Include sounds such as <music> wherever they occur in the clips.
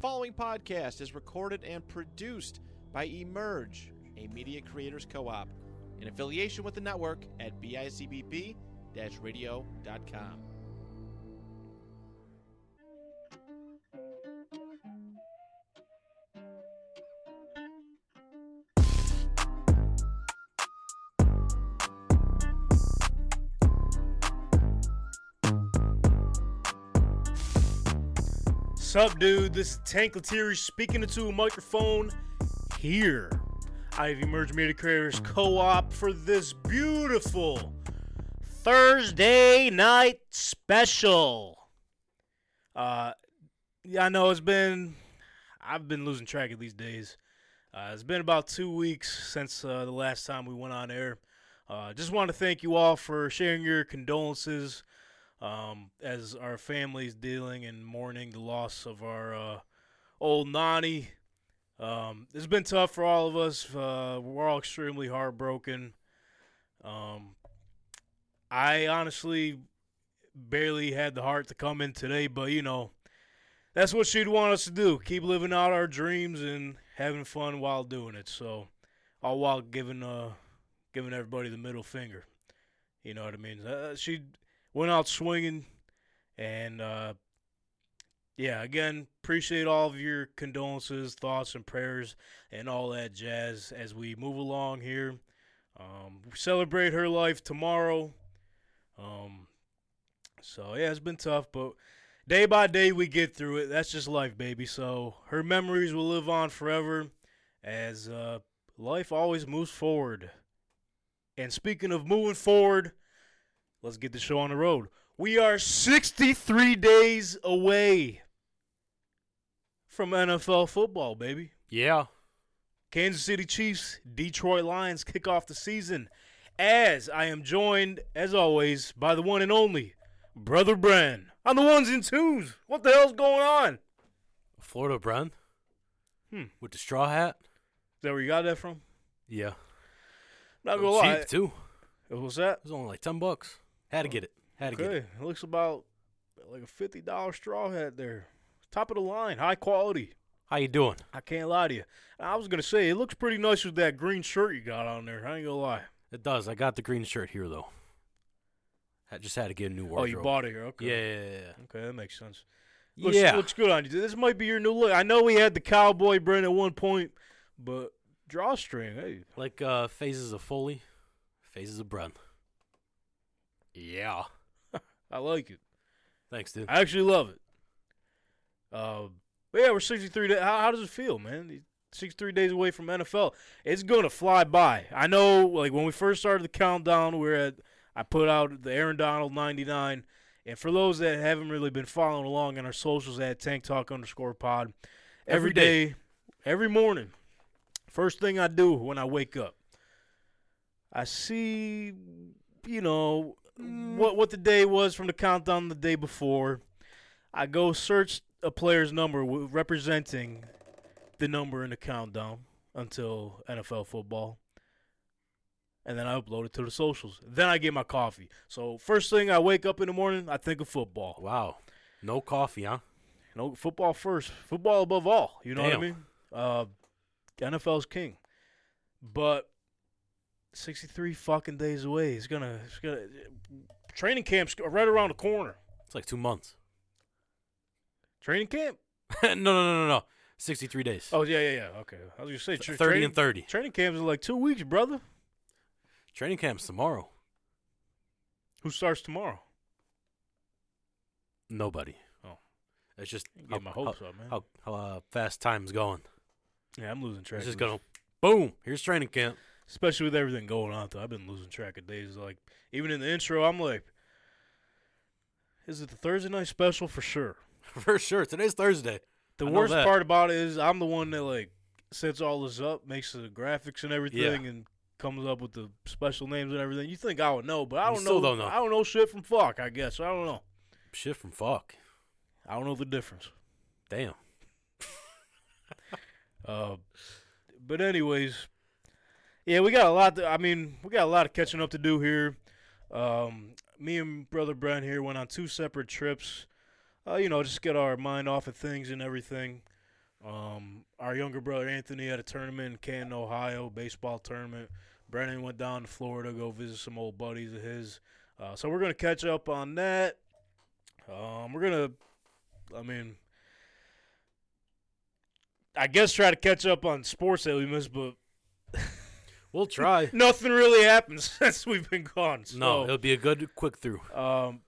following podcast is recorded and produced by Emerge, a media creators co op, in affiliation with the network at bicbp radio.com. Sup, dude? This is Tank Latiri speaking into a microphone here. I've emerged media creators co-op for this beautiful Thursday night special. Uh, yeah, I know it's been. I've been losing track of these days. Uh, it's been about two weeks since uh, the last time we went on air. Uh, just want to thank you all for sharing your condolences um, as our families dealing and mourning the loss of our uh, old Nani. Um, it's been tough for all of us. Uh, we're all extremely heartbroken. Um, I honestly barely had the heart to come in today, but you know, that's what she'd want us to do: keep living out our dreams and having fun while doing it. So, all while giving uh, giving everybody the middle finger. You know what I mean? Uh, she went out swinging and uh yeah again appreciate all of your condolences thoughts and prayers and all that jazz as we move along here um we celebrate her life tomorrow um so yeah it's been tough but day by day we get through it that's just life baby so her memories will live on forever as uh life always moves forward and speaking of moving forward Let's get the show on the road. We are 63 days away from NFL football, baby. Yeah. Kansas City Chiefs, Detroit Lions kick off the season. As I am joined, as always, by the one and only Brother Bren on the ones and twos. What the hell's going on? Is Florida Brown. Hmm. With the straw hat. that where you got that from? Yeah. Not gonna Cheap lie. too. What was that? It was only like ten bucks. Had to get it. Had to get Okay, it. it looks about like a fifty dollar straw hat there. Top of the line, high quality. How you doing? I can't lie to you. I was gonna say it looks pretty nice with that green shirt you got on there. I ain't gonna lie. It does. I got the green shirt here though. I just had to get a new Oh, wardrobe. you bought it here. Okay. Yeah, yeah, yeah, yeah. Okay, that makes sense. Looks, yeah. Looks good on you. This might be your new look. I know we had the cowboy brand at one point, but drawstring. Hey, like uh, phases of Foley, phases of Brown. Yeah. I like it. Thanks, dude. I actually love it. Uh, but yeah, we're 63 days. How, how does it feel, man? 63 days away from NFL. It's going to fly by. I know, like, when we first started the countdown, we are at, I put out the Aaron Donald 99. And for those that haven't really been following along on our socials at Tank Talk underscore pod, Every every day, every morning, first thing I do when I wake up, I see, you know, what what the day was from the countdown the day before. I go search a player's number w- representing the number in the countdown until NFL football. And then I upload it to the socials. Then I get my coffee. So first thing I wake up in the morning, I think of football. wow. No coffee, huh? You know, football first. Football above all. You know Damn. what I mean? Uh, NFL's king. But 63 fucking days away. It's gonna. It's gonna. Training camp's right around the corner. It's like two months. <laughs> Training camp. no, no, no, no, no. Sixty-three days. Oh yeah, yeah, yeah. Okay, I was gonna say tra- 30 training, and 30. Training camps in like two weeks, brother. Training camp's tomorrow. Who starts tomorrow? Nobody. Oh. It's just Get how, my how- hopes up, man. how, how uh, fast time's going. yeah, I'm losing track. It's of just this. gonna boom. Here's training camp. <laughs> especially with everything going on. Though I've been losing track of days. Like even in the intro, I'm like, is it the Thursday night special for sure? For sure. Today's Thursday. The I know worst that. part about it is I'm the one that like sets all this up, makes the graphics and everything, and comes up with the special names and everything. You think I would know, but I You don't still know. don't know. I don't know shit from fuck. I guess I don't know. Shit from fuck. I don't know the difference. Damn. Uh, but anyways, yeah, we got a lot. To, I mean, we got a lot of catching up to do here. Um, me and brother Brent here went on two separate trips. Uh, you know, just get our mind off of things and everything. Um, our younger brother Anthony had a tournament in Canton, Ohio, baseball tournament. Brennan went down to Florida to go visit some old buddies of his. Uh, so we're gonna catch up on that. Um, we're gonna, I mean, I guess try to catch up on sports that we missed, but We'll try. nothing really happened <laughs> since we've been gone. So. <laughs> no, it'll be a good quick through. Um,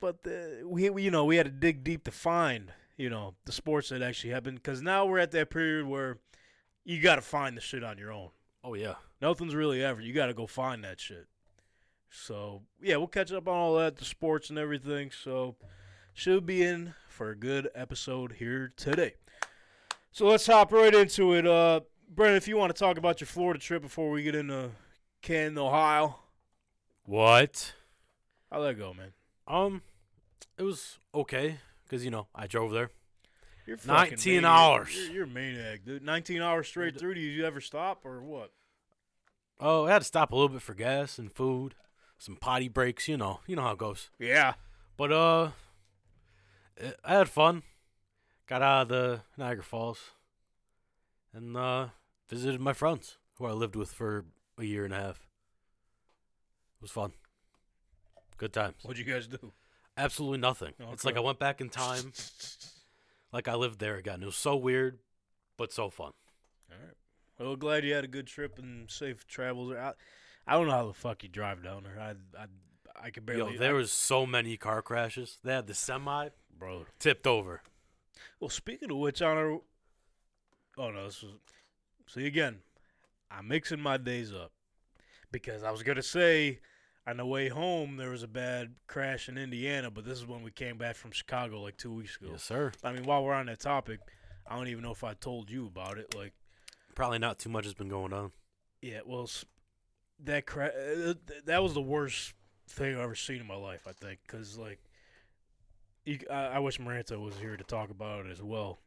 but the, we, we, you know, we had to dig deep to find, you know, the sports that actually happened because now we're at that period where you got to find the shit on your own. Oh yeah. Nothing's really ever. You got to go find that shit. So yeah, we'll catch up on all that, the sports and everything. So should be in for a good episode here today. So let's hop right into it. Uh, Brendan, if you want to talk about your Florida trip before we get into Canton, Ohio, What? how that go, man? Um, it was okay because you know I drove there. You're fucking 19 maniac. hours. You're, you're a maniac, dude. 19 hours straight through. Do you ever stop or what? Oh, I had to stop a little bit for gas and food, some potty breaks. You know, you know how it goes. Yeah. But uh, eh, I had fun. Got out of the Niagara Falls, and uh, visited my friends who I lived with for a year and a half. It was fun. Good times. What'd you guys do? Absolutely nothing. It's like Okay. I went back in time, like I lived there again. It was so weird, but so fun. All right. Well, glad you had a good trip and safe travels. I, I don't know how the fuck you drive down there. I, I, I could barely. Yo, there I- was so many car crashes. They had the semi bro. tipped over. Well, speaking of which, on our. Oh no, this was. See again, I'm mixing my days up because I was gonna say on the way home there was a bad crash in Indiana, but this is when we came back from Chicago like two weeks ago. Yes, sir. I mean, while we're on that topic, I don't even know if I told you about it. Like, Probably not too much has been going on. yeah, well, s- that cra- uh, th- that was the worst thing I've ever seen in my life. I think because like, you, c- I, I wish Maranta was here to talk about it as well.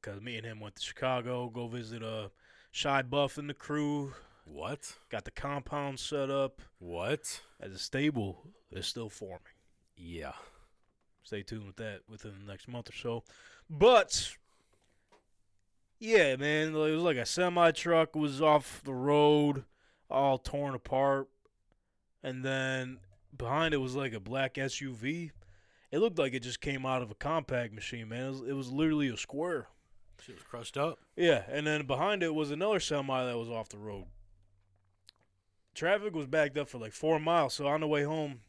Because me and him went to Chicago, go visit uh, Shy Buff and the crew. What? Got the compound set up What? as a stable is still forming. Yeah. stay tuned with that within the next month or so. But yeah, man, like- it was like a semi truck was off the road, all torn apart, and then behind it was like a black SUV. It looked like it just came out of a compact machine, man. It was, it was literally a square. She was crushed up. Yeah, and then behind it was another semi that was off the road. Traffic was backed up for like four miles, so on the way home,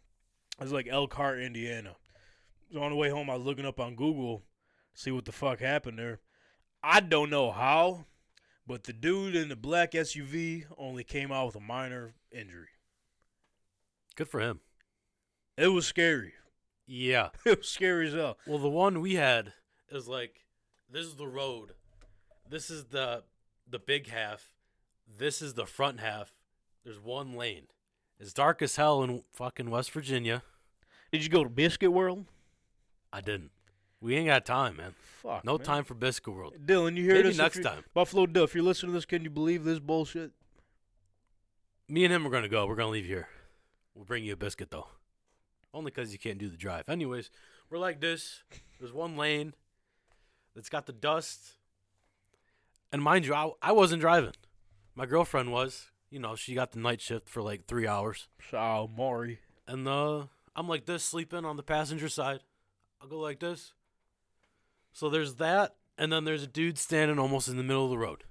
I was like Elkhart, Indiana. So on the way home, I was looking up on Google, see what the fuck happened there. I don't know how, but the dude in the black SUV only came out with a minor injury. Good for him. It was scary. <laughs> Yeah. It was scary as hell. Well, the one we had is like this is the road. This is the the big half. This is the front half. There's one lane. It's dark as hell in fucking West Virginia. Did you go to Biscuit World? I didn't. We ain't got time, man. Fuck. No man. time for Biscuit World. Dylan, you hear Maybe this? If next you- time. Buffalo Duff, if you're listening to this, can you believe this bullshit? Me and him are gonna go. We're gonna leave here. We'll bring you a biscuit though, only because you can't do the drive. Anyways, we're like this. There's one lane that's got the dust, and mind you, I, I wasn't driving. My girlfriend was. You know, she got the night shift for like three hours, So, Maury. and uh, I'm like this, sleeping on the passenger side. I'll go like this. So there's that, and then there's a dude standing almost in the middle of the road.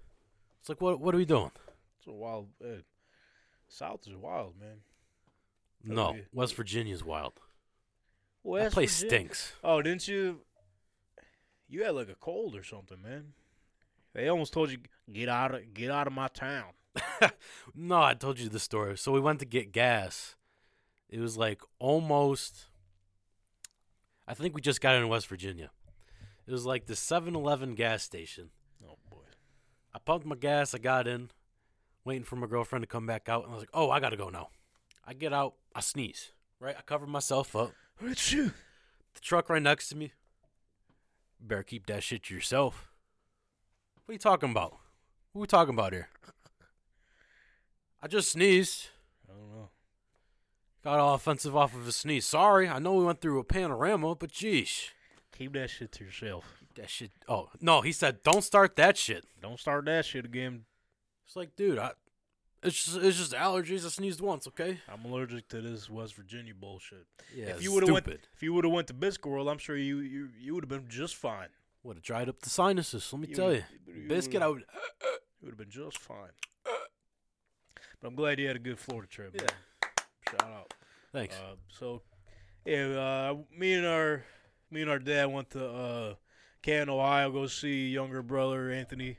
It's like, what? What are we doing? It's a wild. Uh, South is wild, man. No, Okay. West Virginia's wild. Well, that place stinks. Oh, didn't you? You had like a cold or something, man. They almost told you get out of get out of my town. No, I told you the story. So we went to get gas. It was like almost. I think we just got in West Virginia. It was like the 7 Eleven gas station. Oh boy. I pumped my gas. I got in, waiting for my girlfriend to come back out. And I was like, oh, I got to go now. I get out. I sneeze, right? I cover myself up. you. The truck right next to me. Better keep that shit to yourself. What are you talking about? What are we talking about here? I just sneezed. I don't know. Got all offensive off of a sneeze. Sorry, I know we went through a panorama, but geesh. Keep that shit to yourself. That shit. Oh no, he said, "Don't start that shit." Don't start that shit again. It's like, dude, I. It's just, it's just allergies. I sneezed once, okay? I'm allergic to this West Virginia bullshit. Yeah, if you would have went, stupid. if you would have went to Biscuit World, I'm sure you you, you would have been just fine. would have dried up the sinuses. Let me You tell you, would- you biscuit. I would. You would have been just fine. But I'm glad you had a good Florida trip. man. Shout out. Thanks. Uh, so, yeah, uh, me and our me and our dad went to uh, Canton, Ohio, go see younger brother Anthony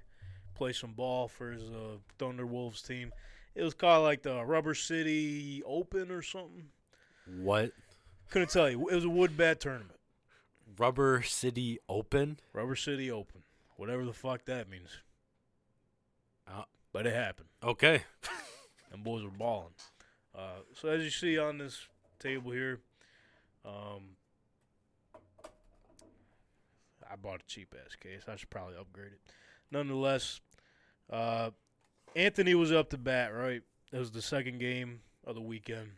play some ball for his uh, Thunder Wolves team. It was called like the Rubber City Open or something. what? Couldn't tell you. It was a wood bat tournament. Rubber City Open? Rubber City Open, whatever the fuck that means. Uh, But it happened. Okay. and boys were balling. Uh, so as you see on this table here, um, I bought a cheap ass case. I should probably upgrade it. Nonetheless, uh, Anthony was up to bat. Right, it was the second game of the weekend.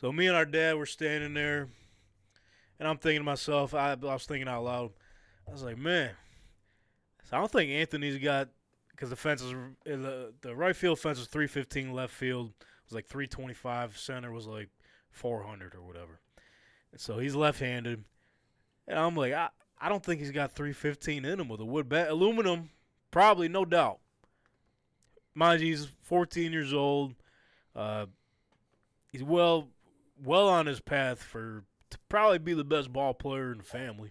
So me and our dad were standing there, and I'm thinking to myself. I, I was thinking out loud. I was like, man, so I don't think Anthony's got because the fence was uh, the, the right field fence was 315 left field was like 325 center was like 400 or whatever and so he's left-handed and i'm like i, I don't think he's got 315 in him with a wood bat aluminum probably no doubt mind you he's 14 years old uh, he's well well on his path for to probably be the best ball player in the family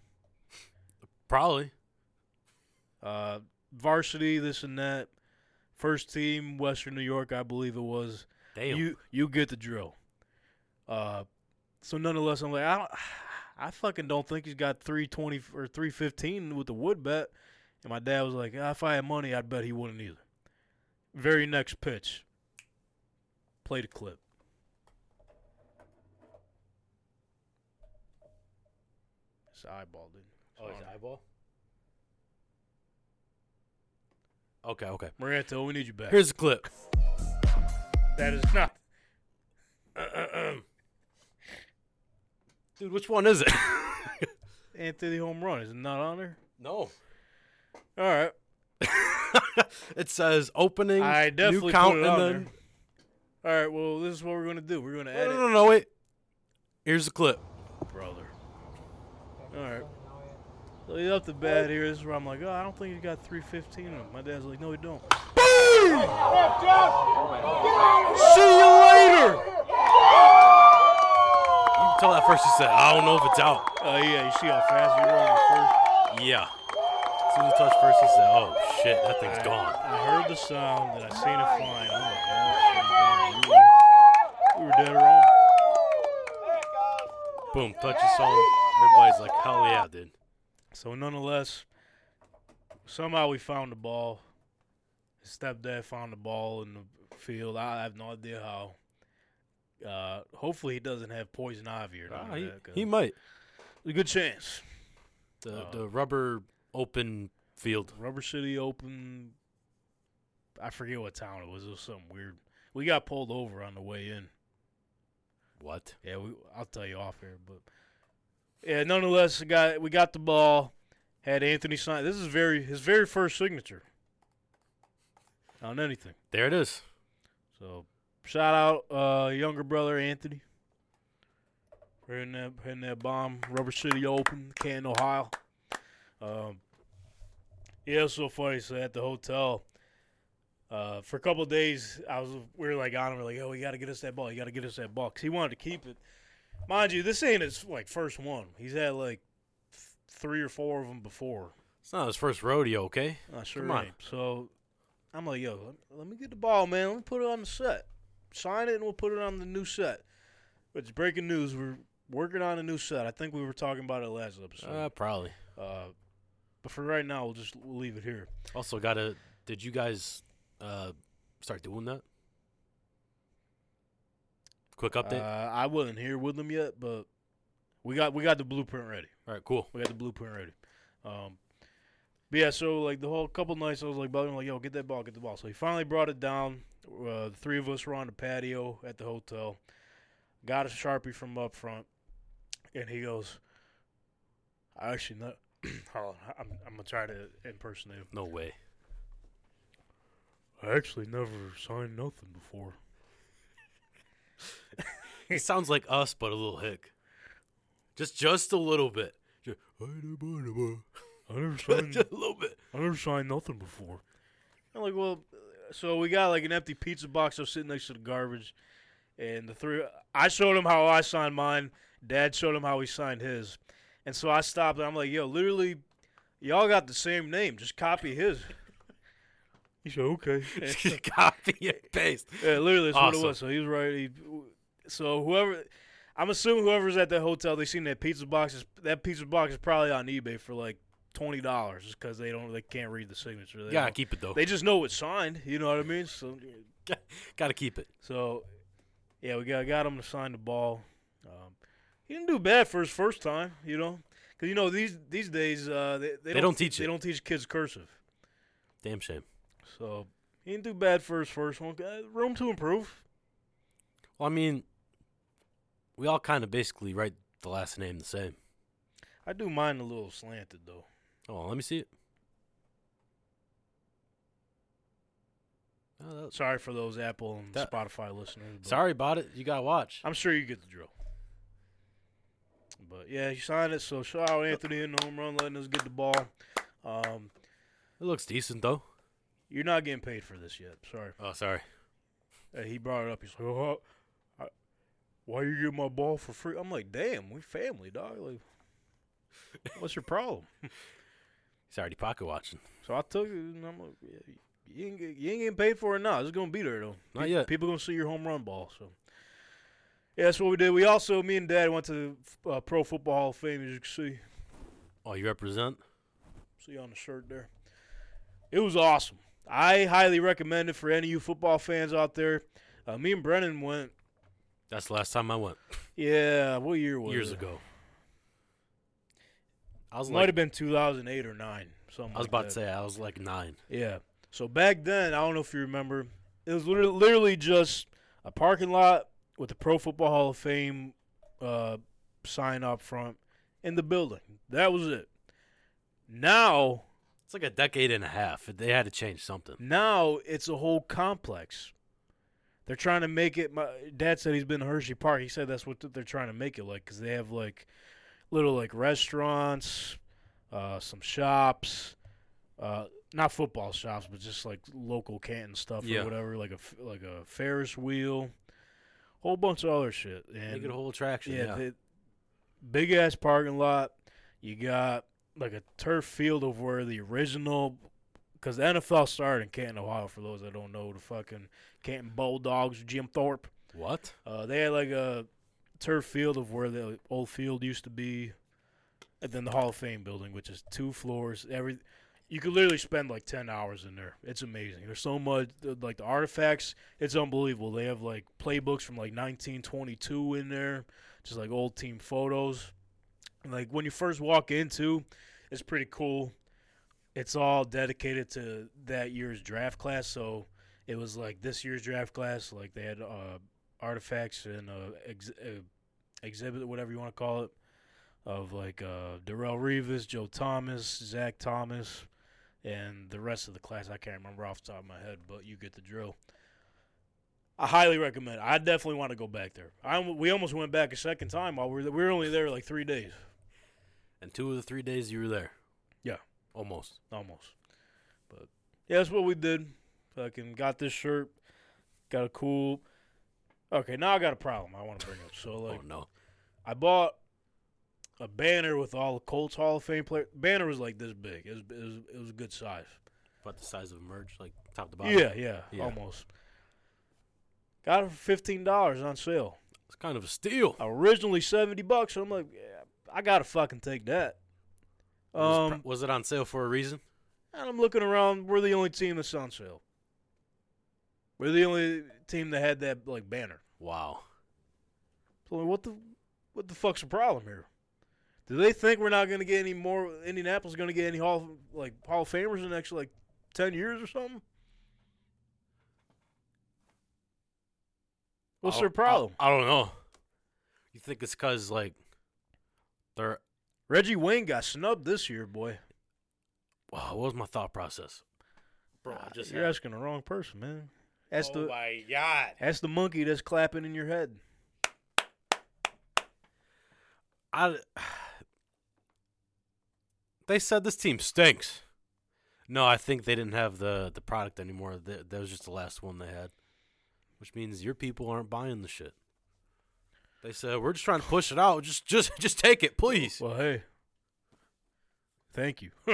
Probably. uh, varsity, this and that. First team, Western New York, I believe it was. Damn. You you get the drill. Uh, so nonetheless, I'm like, I don't, I fucking don't think he's got 320 or 315 with the wood bet. And my dad was like, ah, if I had money, I'd bet he wouldn't either. Very next pitch, played a clip. His eyeball, dude. Oh, eyeball? Okay, okay. Maranto, we need you back. Here's the clip. that is not Dude, which one is it? <laughs> Anthony home run. Is it not on there? no. All right. <laughs> it says opening. I definitely new count put it and on then. there. All right. Well, this is what we're gonna do. We're gonna No, edit, no, no, no, wait. Here's the clip. brother. All right. So he's up the bat here. This is where I'm like, oh, I don't think he's got 315 in him. My dad's like, no, he don't. See you later. You can tell at first he said, I don't know if it's out. Oh yeah, you see how fast he ran the first. Yeah. As soon as he touched first, he said, "Oh shit, that thing's I, gone." I heard the sound and I seen it flying. I'm like, oh, shit, man, we, were, we were dead wrong. Boom, touches home. Everybody's like, "Hell yeah, dude!" So nonetheless, somehow we found the ball. His stepdad found the ball in the field. I have no idea how. Uh, hopefully he doesn't have poison ivy or Ah, nothing. he, like that, he 'cause might. a good chance. The Uh, the rubber open field. Rubber City Open. I forget what town it was. It was something weird. We got pulled over on the way in. What? Yeah, we, I'll tell you off air, but yeah. Nonetheless, we got we got the ball. Had Anthony sign. This is very his very first signature on anything. There it is. So shout out uh, younger brother Anthony. We're in that hitting that bomb, Rubber City Open, Canton, Ohio. Um, yeah, it's so funny. So at the hotel, uh, for a couple of days, I was we were like on him, we're like, oh, you got to get us that ball, you got to get us that ball, 'cause he wanted to keep it. Mind you, this ain't his like first one. He's had like th- three or four of them before. It's not his first rodeo, okay? I sure Come on. ain't. So I'm like, yo, let, let me get the ball, man. Let me put it on the set. Sign it, and we'll put it on the new set. But it's breaking news. We're working on a new set. I think we were talking about it last Uh, episode. probably. Uh, but for right now, we'll just we'll leave it here. Also, gotta. Did you guys uh, start doing that? Quick Uh, update. I wasn't here with them yet, but we got we got the blueprint ready. All right, cool. We got the blueprint ready. Um, but yeah, so like the whole couple nights, I was like, bugging, like, yo, get that ball, get the ball. So he finally brought it down. Uh, the three of us were on the patio at the hotel. Got a sharpie from up front, and he goes, I actually know. <clears throat> Hold on, I'm, I'm gonna try to impersonate. him. No way. I actually never signed nothing before. It sounds like us, but a little hick. Just just a little bit. Just, <laughs> I never <laughs> just a little <laughs> bit. I never signed nothing before. I'm like, well, so we got like an empty pizza box. I was sitting next to the garbage, and the three. I showed him how I signed mine. Dad showed him how he signed his, and so I stopped. and I'm like, yo, literally, y'all got the same name. Just copy his. <laughs> He said, okay. And- Just copy and paste. <laughs> yeah, literally, that's what Awesome. it was. So he was right. He, so whoever, I'm assuming whoever's at that hotel, they seen that pizza box. Is, that pizza box is probably on eBay for like twenty dollars, just because they don't, they can't read the signature. They Gotta don't- keep it though. they just know it's signed. You know what I mean? So, Gotta keep it. so yeah, we got got him to sign the ball. Um, he didn't do bad for his first time, you know, because you know these these days uh, they, they, don't teach they it. don't teach kids cursive. Damn shame. So he didn't do bad for his first one. Uh, room to improve. Well, I mean, we all kind of basically write the last name the same. I do mine a little slanted though. Oh, let me see it. Oh, <laughs> that- Sorry for those Apple and That- Spotify listeners. but sorry about it. You gotta watch. I'm sure you get the drill. But yeah, he signed it. So shout out Anthony in the home run, letting us get the ball. Um, It looks decent though. You're not getting paid for this yet. Sorry. Oh, sorry. Uh, he brought it up. He's like, oh, I, why you get my ball for free? I'm like, damn, we family, dog. Like, what's your problem? He's already pocket watching. So I took it, and I'm like, yeah, you ain't, get- you ain't getting paid for it now. It's gonna be there though. Not yet. People gonna see your home run ball. So yeah, that's what we did. We also, me and Dad went to uh, Pro Football Hall of Fame, as you can see. Oh, you represent? See on the shirt there. It was awesome. I highly recommend it for any of you football fans out there. Uh, me and Brennan went. That's the last time I went Yeah, what year was years it? ago. I was Might like, have been 2008 or nine. Something. I was like about that. to say, I was like nine. Yeah. So back then, I don't know if you remember, it was liter- literally just a parking lot with the Pro Football Hall of Fame uh, sign up front in the building. That was it. Now, It's like a decade and a half. They had to change something. now it's a whole complex. They're trying to make it. My dad said he's been to Hershey Park. He said that's what they're trying to make it like because they have like little like restaurants, uh, some shops, uh, not football shops, but just like local Canton stuff Yeah. or whatever, like a f- like a Ferris wheel, whole bunch of other shit. And Make it a whole attraction. Yeah. the big ass parking lot. You got like a turf field of where the original, because the NFL started in Canton, Ohio. For those that don't know, the fucking Canton Bulldogs, Jim Thorpe. What? Uh, they had like a turf field of where the old field used to be, and then the Hall of Fame building, which is two floors. Every you could literally spend like ten hours in there. It's amazing. There's so much like the artifacts. It's unbelievable. They have like playbooks from like 1922 in there, just like old team photos. Like when you first walk into, it's pretty cool. It's all dedicated to that year's draft class. So it was like this year's draft class. Like they had uh, artifacts and uh, ex- uh, exhibit, whatever you want to call it, of like uh, Darrell Reeves, Joe Thomas, Zach Thomas, and the rest of the class. I can't remember off the top of my head, but you get the drill. I highly recommend. it. I definitely want to go back there. I almo- we almost went back a second time while we were there. we were only there like three days And two of the three days you were there. Yeah. Almost. almost. But yeah, that's what we did. Fucking got this shirt. Got a cool. Okay, now I got a problem. I want to bring up. So like, oh no. I bought a banner with all the Colts Hall of Fame players. Banner was like this big. It was it was, it was a good size. About the size of a merge, like top to bottom. Yeah, yeah, Yeah. almost. Got it for fifteen dollars on sale. It's kind of a steal. Uh, Originally seventy bucks. So I'm like, yeah, I gotta fucking take that. was, Um, pr- was it on sale for a reason? and I'm looking around. We're the only team that's on sale. We're the only team that had that like banner. Wow. So like, what the what the fuck's the problem here? Do they think we're not going to get any more? Indianapolis going to get any hall like Hall of Famers in the next like ten years or something? What's I- their problem? I, I don't know. You think it's because like they're Reggie Wayne got snubbed this year, boy. Wow, what was my thought process? Bro, Ah, I just you're had- asking the wrong person, man. That's oh the my god. that's the monkey that's clapping in your head. I <sighs> They said this team stinks. No, I think they didn't have the the product anymore. That, that was just the last one they had. Which means your people aren't buying the shit. They said we're just trying to push it out. Just just just take it, please. Well, hey, thank <laughs> you. <laughs>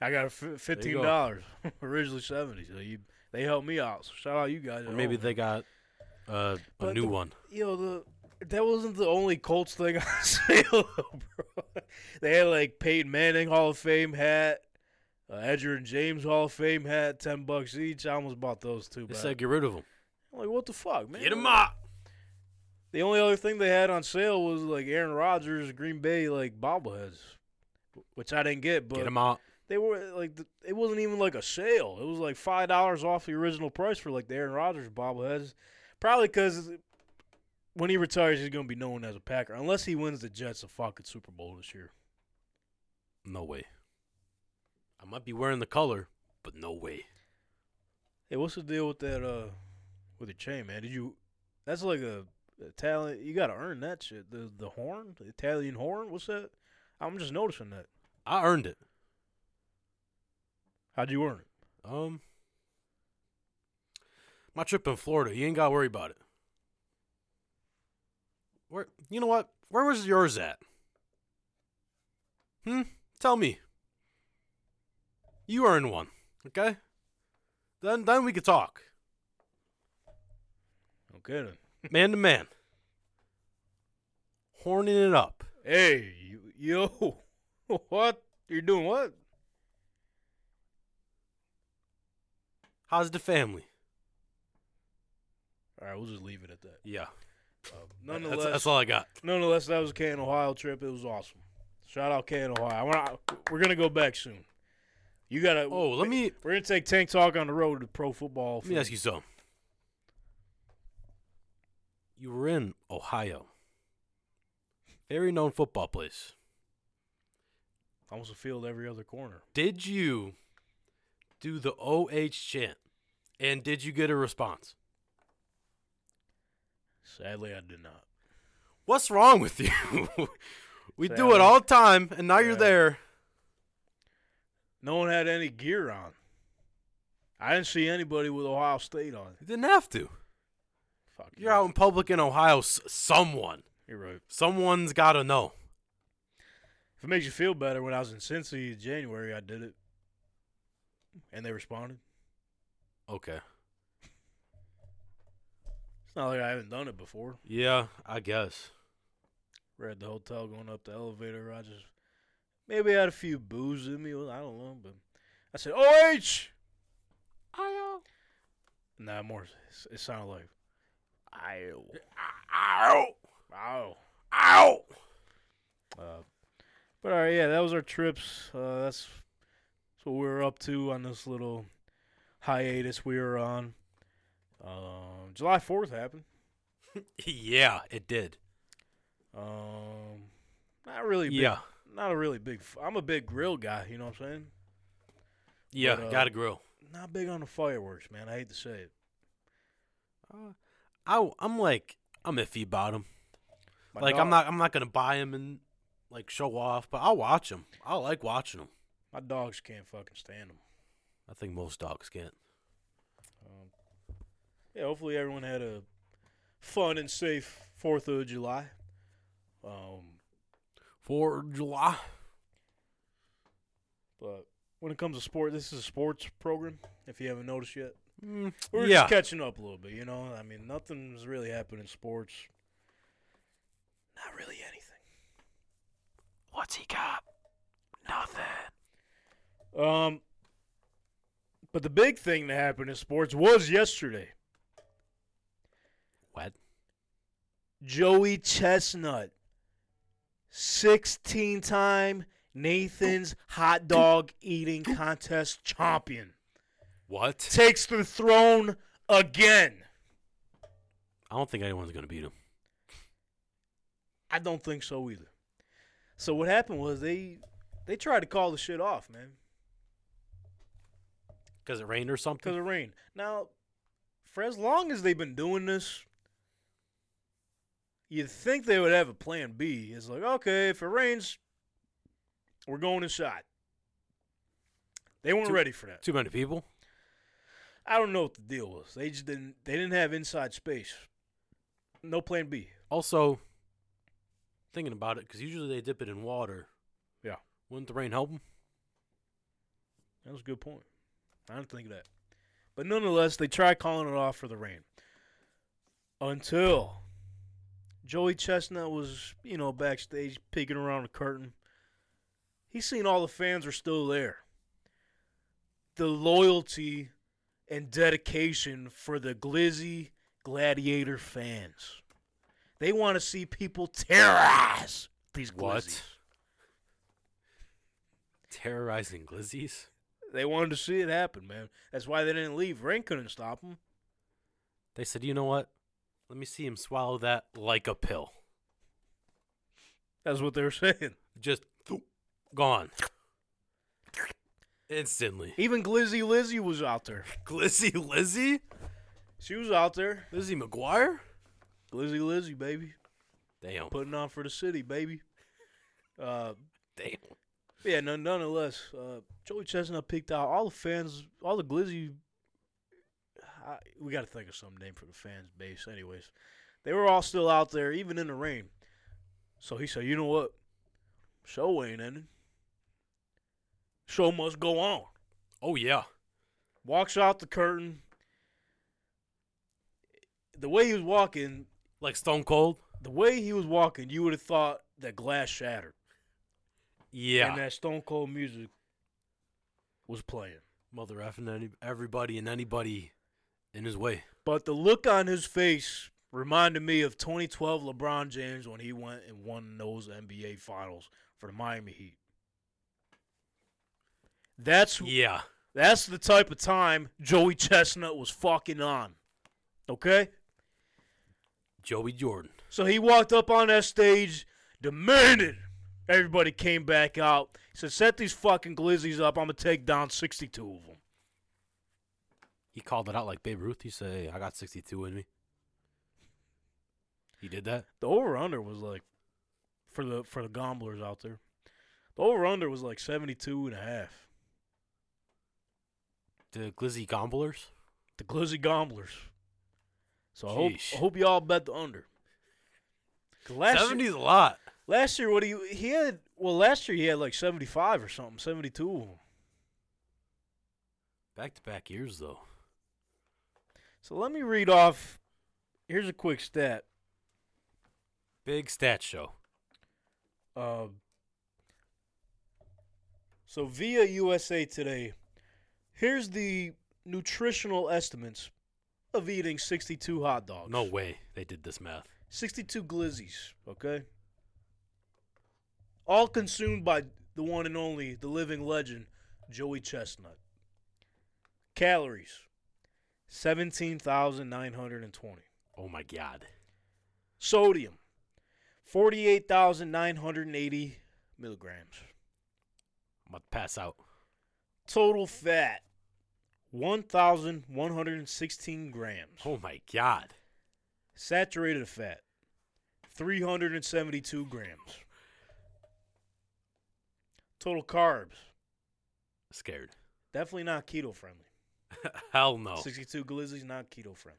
I got fi- fifteen go. dollars, <laughs> originally seventy. So you, they helped me out. So shout out you guys. Or at maybe home. they got uh, a But new the- one. Yo, the that wasn't the only Colts thing <laughs> on sale, though, bro. <laughs> They had like Peyton Manning Hall of Fame hat, uh, Edger and James Hall of Fame hat, ten bucks each. I almost bought those two. They but said get rid of them. I'm like, what the fuck, man? Get them out. The only other thing they had on sale was like Aaron Rodgers Green Bay like bobbleheads, which I didn't get, Get but them out. they were like th- it wasn't even like a sale. It was like five dollars off the original price for like the Aaron Rodgers bobbleheads. Probably because when he retires, he's gonna be known as a Packer, unless he wins the Jets a fucking Super Bowl this year. No way. I might be wearing the color, but no way. Hey, what's the deal with that? Uh, with the chain, man? Did you? That's like a Italian. You gotta earn that shit. The the horn, the Italian horn. What's that? I'm just noticing that. I earned it. How'd you earn it? Um, my trip in Florida, you ain't got to worry about it. Where you know what? Where was yours at? Hmm. Tell me. You earned one, okay? Then then we could talk, Okay then. man to man. Horning it up. Hey, you, yo, <laughs> what? You're doing what? How's the family? All right, we'll just leave it at that. Yeah. Uh, That's- nonetheless, that's, all I got. nonetheless, that was a Canton, Ohio trip. It was awesome. Shout out Canton, Ohio. I wanna, we're gonna go back soon. You gotta. Oh, let me We're gonna take Tank Talk on the road to pro football. Let me ask you something. You were in Ohio, very known football place. Almost a field every other corner. Did you do the OH chant? And did you get a response? Sadly, I did not. What's wrong with you? <laughs> we do Sadly. it all the time, and now Yeah. you're there. No one had any gear on. I didn't see anybody with Ohio State on. You didn't have to. Fuck You're out in public in Ohio. S- someone, You're right. someone's got to know. If it makes you feel better, when I was in Cincy in January, I did it, and they responded. Okay. It's not like I haven't done it before. Yeah, I guess. We're at the hotel going up the elevator. I just maybe I had a few booze in me. I don't know, but I said, "Oh, Iowa. Nah, more. It sounded like, "Ow, Ow. ow." Ow. <laughs> Uh, but all right, yeah, that was our trips. Uh, that's that's what we were up to on this little hiatus we were on. Um, July Fourth happened. yeah, it did. Um, not really. Big, Yeah. Not a really big. f- I'm a big grill guy. You know what I'm saying? Yeah, But, uh, gotta grill. Not big on the fireworks, man. I hate to say it. I I'm like I'm iffy about them. My like dog- I'm not I'm not gonna buy them and like show off, but I'll watch them. I like watching them. My dogs can't fucking stand them. I think most dogs can't. Um, yeah, hopefully everyone had a fun and safe Fourth of July. Um, For July, but when it comes to sport, this is a sports program. If you haven't noticed yet, mm, we were yeah, just catching up a little bit. You know, I mean, nothing's really happened in sports. Not really anything. what's he got? Nothing. Um, but the big thing that happened in sports was yesterday. What? Joey Chestnut, 16 time Nathan's hot dog eating contest champion, What? takes the throne again. I don't think anyone's gonna beat him. I don't think so either. So what happened was they they tried to call the shit off, man, because it rained or something. because of rain. Now, for as long as they've been doing this, you'd think they would have a plan B. It's like, okay, if it rains, we're going inside. They weren't Two- ready for that. Too many people. I don't know what the deal was. They just didn't. They didn't have inside space. No plan B. Also, thinking about it, because usually they dip it in water. Yeah. Wouldn't the rain help them? That was a good point. I didn't think of that. But nonetheless, they tried calling it off for the rain. Until Joey Chestnut was, you know, backstage peeking around the curtain. He seen all the fans were still there. The loyalty and dedication for the Glizzy Gladiator fans. They want to see people terrorize these glizzies. What? Terrorizing glizzies. They wanted to see it happen, man. That's why they didn't leave. Rain couldn't stop them. They said, you know what? Let me see him swallow that like a pill. That's what they were <laughs> saying. Just thwoop, gone. Instantly. Even Glizzy Lizzy was out there. Glizzy Lizzie? She was out there. Lizzie McGuire? Glizzy Lizzy, baby. Damn. Putting on for the city, baby. Uh, Damn. yeah, no, nonetheless, uh, Joey Chestnut peeked out. All the fans, all the Glizzy. I, we got to think of some name for the fans base. Anyways, they were all still out there, even in the rain. So he said, you know what? Show ain't ending. Show must go on. Oh, yeah. walks out the curtain. The way he was walking, Like Stone Cold? the way he was walking, you would have thought that glass shattered Yeah. and that Stone Cold music was playing. Mother effing any, everybody and anybody in his way. But the look on his face reminded me of 2012 LeBron James when he went and won those NBA Finals for the Miami Heat. That's Yeah. That's the type of time Joey Chestnut was fucking on. Okay? Joey Jordan. So he walked up on that stage, demanded everybody came back out. He said, "Set these fucking glizzies up. I'm gonna take down 62 of them." He called it out like Babe Ruth. He said, hey, I got 62 in me. He did that? The over under was like for the for the gamblers out there. The over under was like 72 and a half. The Glizzy Gomblers? The glizzy gamblers. So I hope, Sheesh. I hope y'all bet the under. 'Cause Last 70's year, a lot. last year, what he he had? Well, last year he had like seventy five or something, seventy two of them. Back to back years, though. So let me read off. Here's a quick stat. Big stat show. Uh, so via USA Today, here's the nutritional estimates of eating 62 hot dogs. No way they did this math. 62 glizzies, okay? All consumed by the one and only, the living legend, Joey Chestnut. Calories 17,920. Oh my god. Sodium, 48,980 milligrams. I'm about to pass out. Total fat, 1,116 grams. Oh my god. Saturated fat, 372 grams. Total carbs, Scared. <laughs> definitely not keto friendly. Hell no. 62 glizzies, not keto friendly.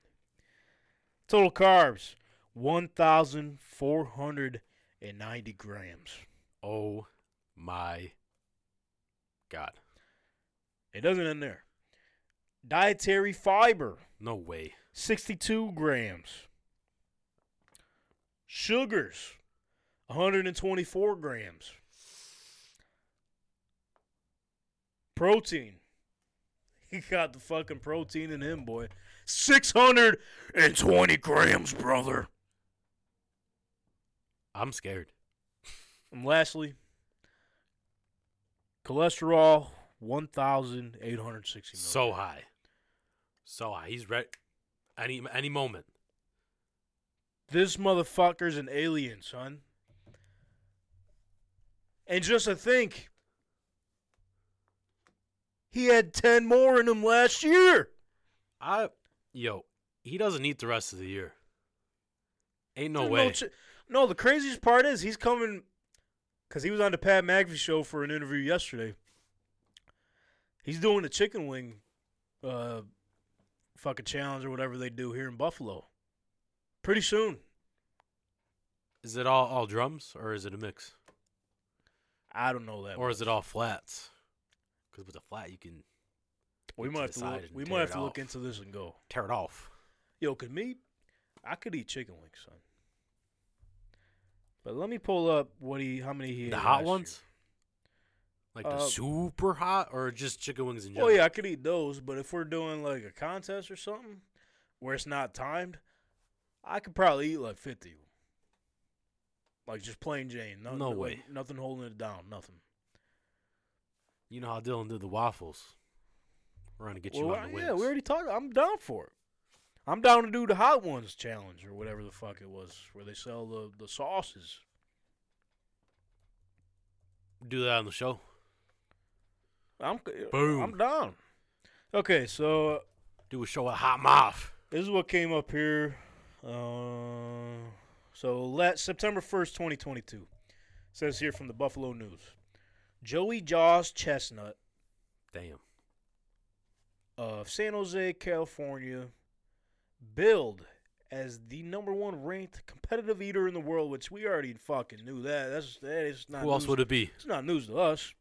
Total carbs, 1,490 grams. Oh my god. It doesn't end there. Dietary fiber, No way. 62 grams. Sugars, 124 grams. Protein. <laughs> He got the fucking protein in him, boy. 620 grams, brother. I'm scared. And lastly, cholesterol, 1,860 milligrams. So high. So high. He's ready. Any any moment. This motherfucker's an alien, son. And just to think, he had 10 more in him last year. I yo, he doesn't eat the rest of the year. Ain't no There's way. ch- no, the craziest part is he's coming because he was on the Pat McAfee show for an interview yesterday. He's doing the chicken wing uh, fucking challenge or whatever they do here in Buffalo pretty soon. is it all all drums or is it a mix? I don't know that. Or is it all flats? Because with a flat you can we to might have the to look, side and we tear might it have to look off. into this and go. tear it off. Yo, could me? I could eat chicken wings, son. But let me pull up what he, how many he ate the hot last ones? Like the Uh, super hot or just chicken wings in Year. general? Well, Oh, yeah, I could eat those, but if we're doing like a contest or something where it's not timed, I could probably eat like fifty. Like just plain Jane, no, No like, way. nothing holding it down, nothing. You know how Dylan did the waffles. We're gonna get you Well, on the I- wings. yeah, we already talked. I'm down for it. I'm down to do the hot ones challenge or whatever the fuck it was, where they sell the the sauces. do that on the show. I'm Boom. I'm down. Okay, so uh, Do a show at Hot Moth. this is what came up here. Uh, so let September first, twenty twenty two, says here from the Buffalo News. Joey Jaws Chestnut Damn. of San Jose, California, billed as the number one ranked competitive eater in the world, which we already fucking knew that. That's that is not. Who else news would it be? It's not news to us.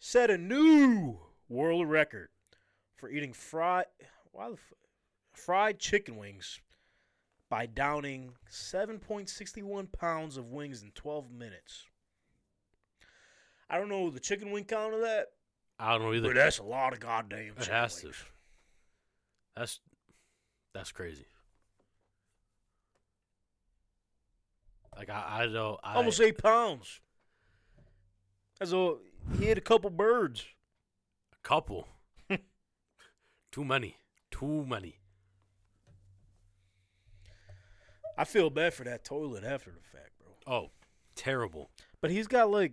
Set a new world record for eating fried why the f- fried chicken wings by downing 7.61 pounds of wings in 12 minutes. I don't know the chicken wing count of that, I don't know either. but that's a lot of goddamn It chicken has to. wings. That's that's crazy. Like I, I don't. I, Almost eight pounds. As a he hit a couple birds. a <laughs> couple. Too many. Too many. I feel bad for that toilet after the fact, bro. Oh, terrible. But he's got like,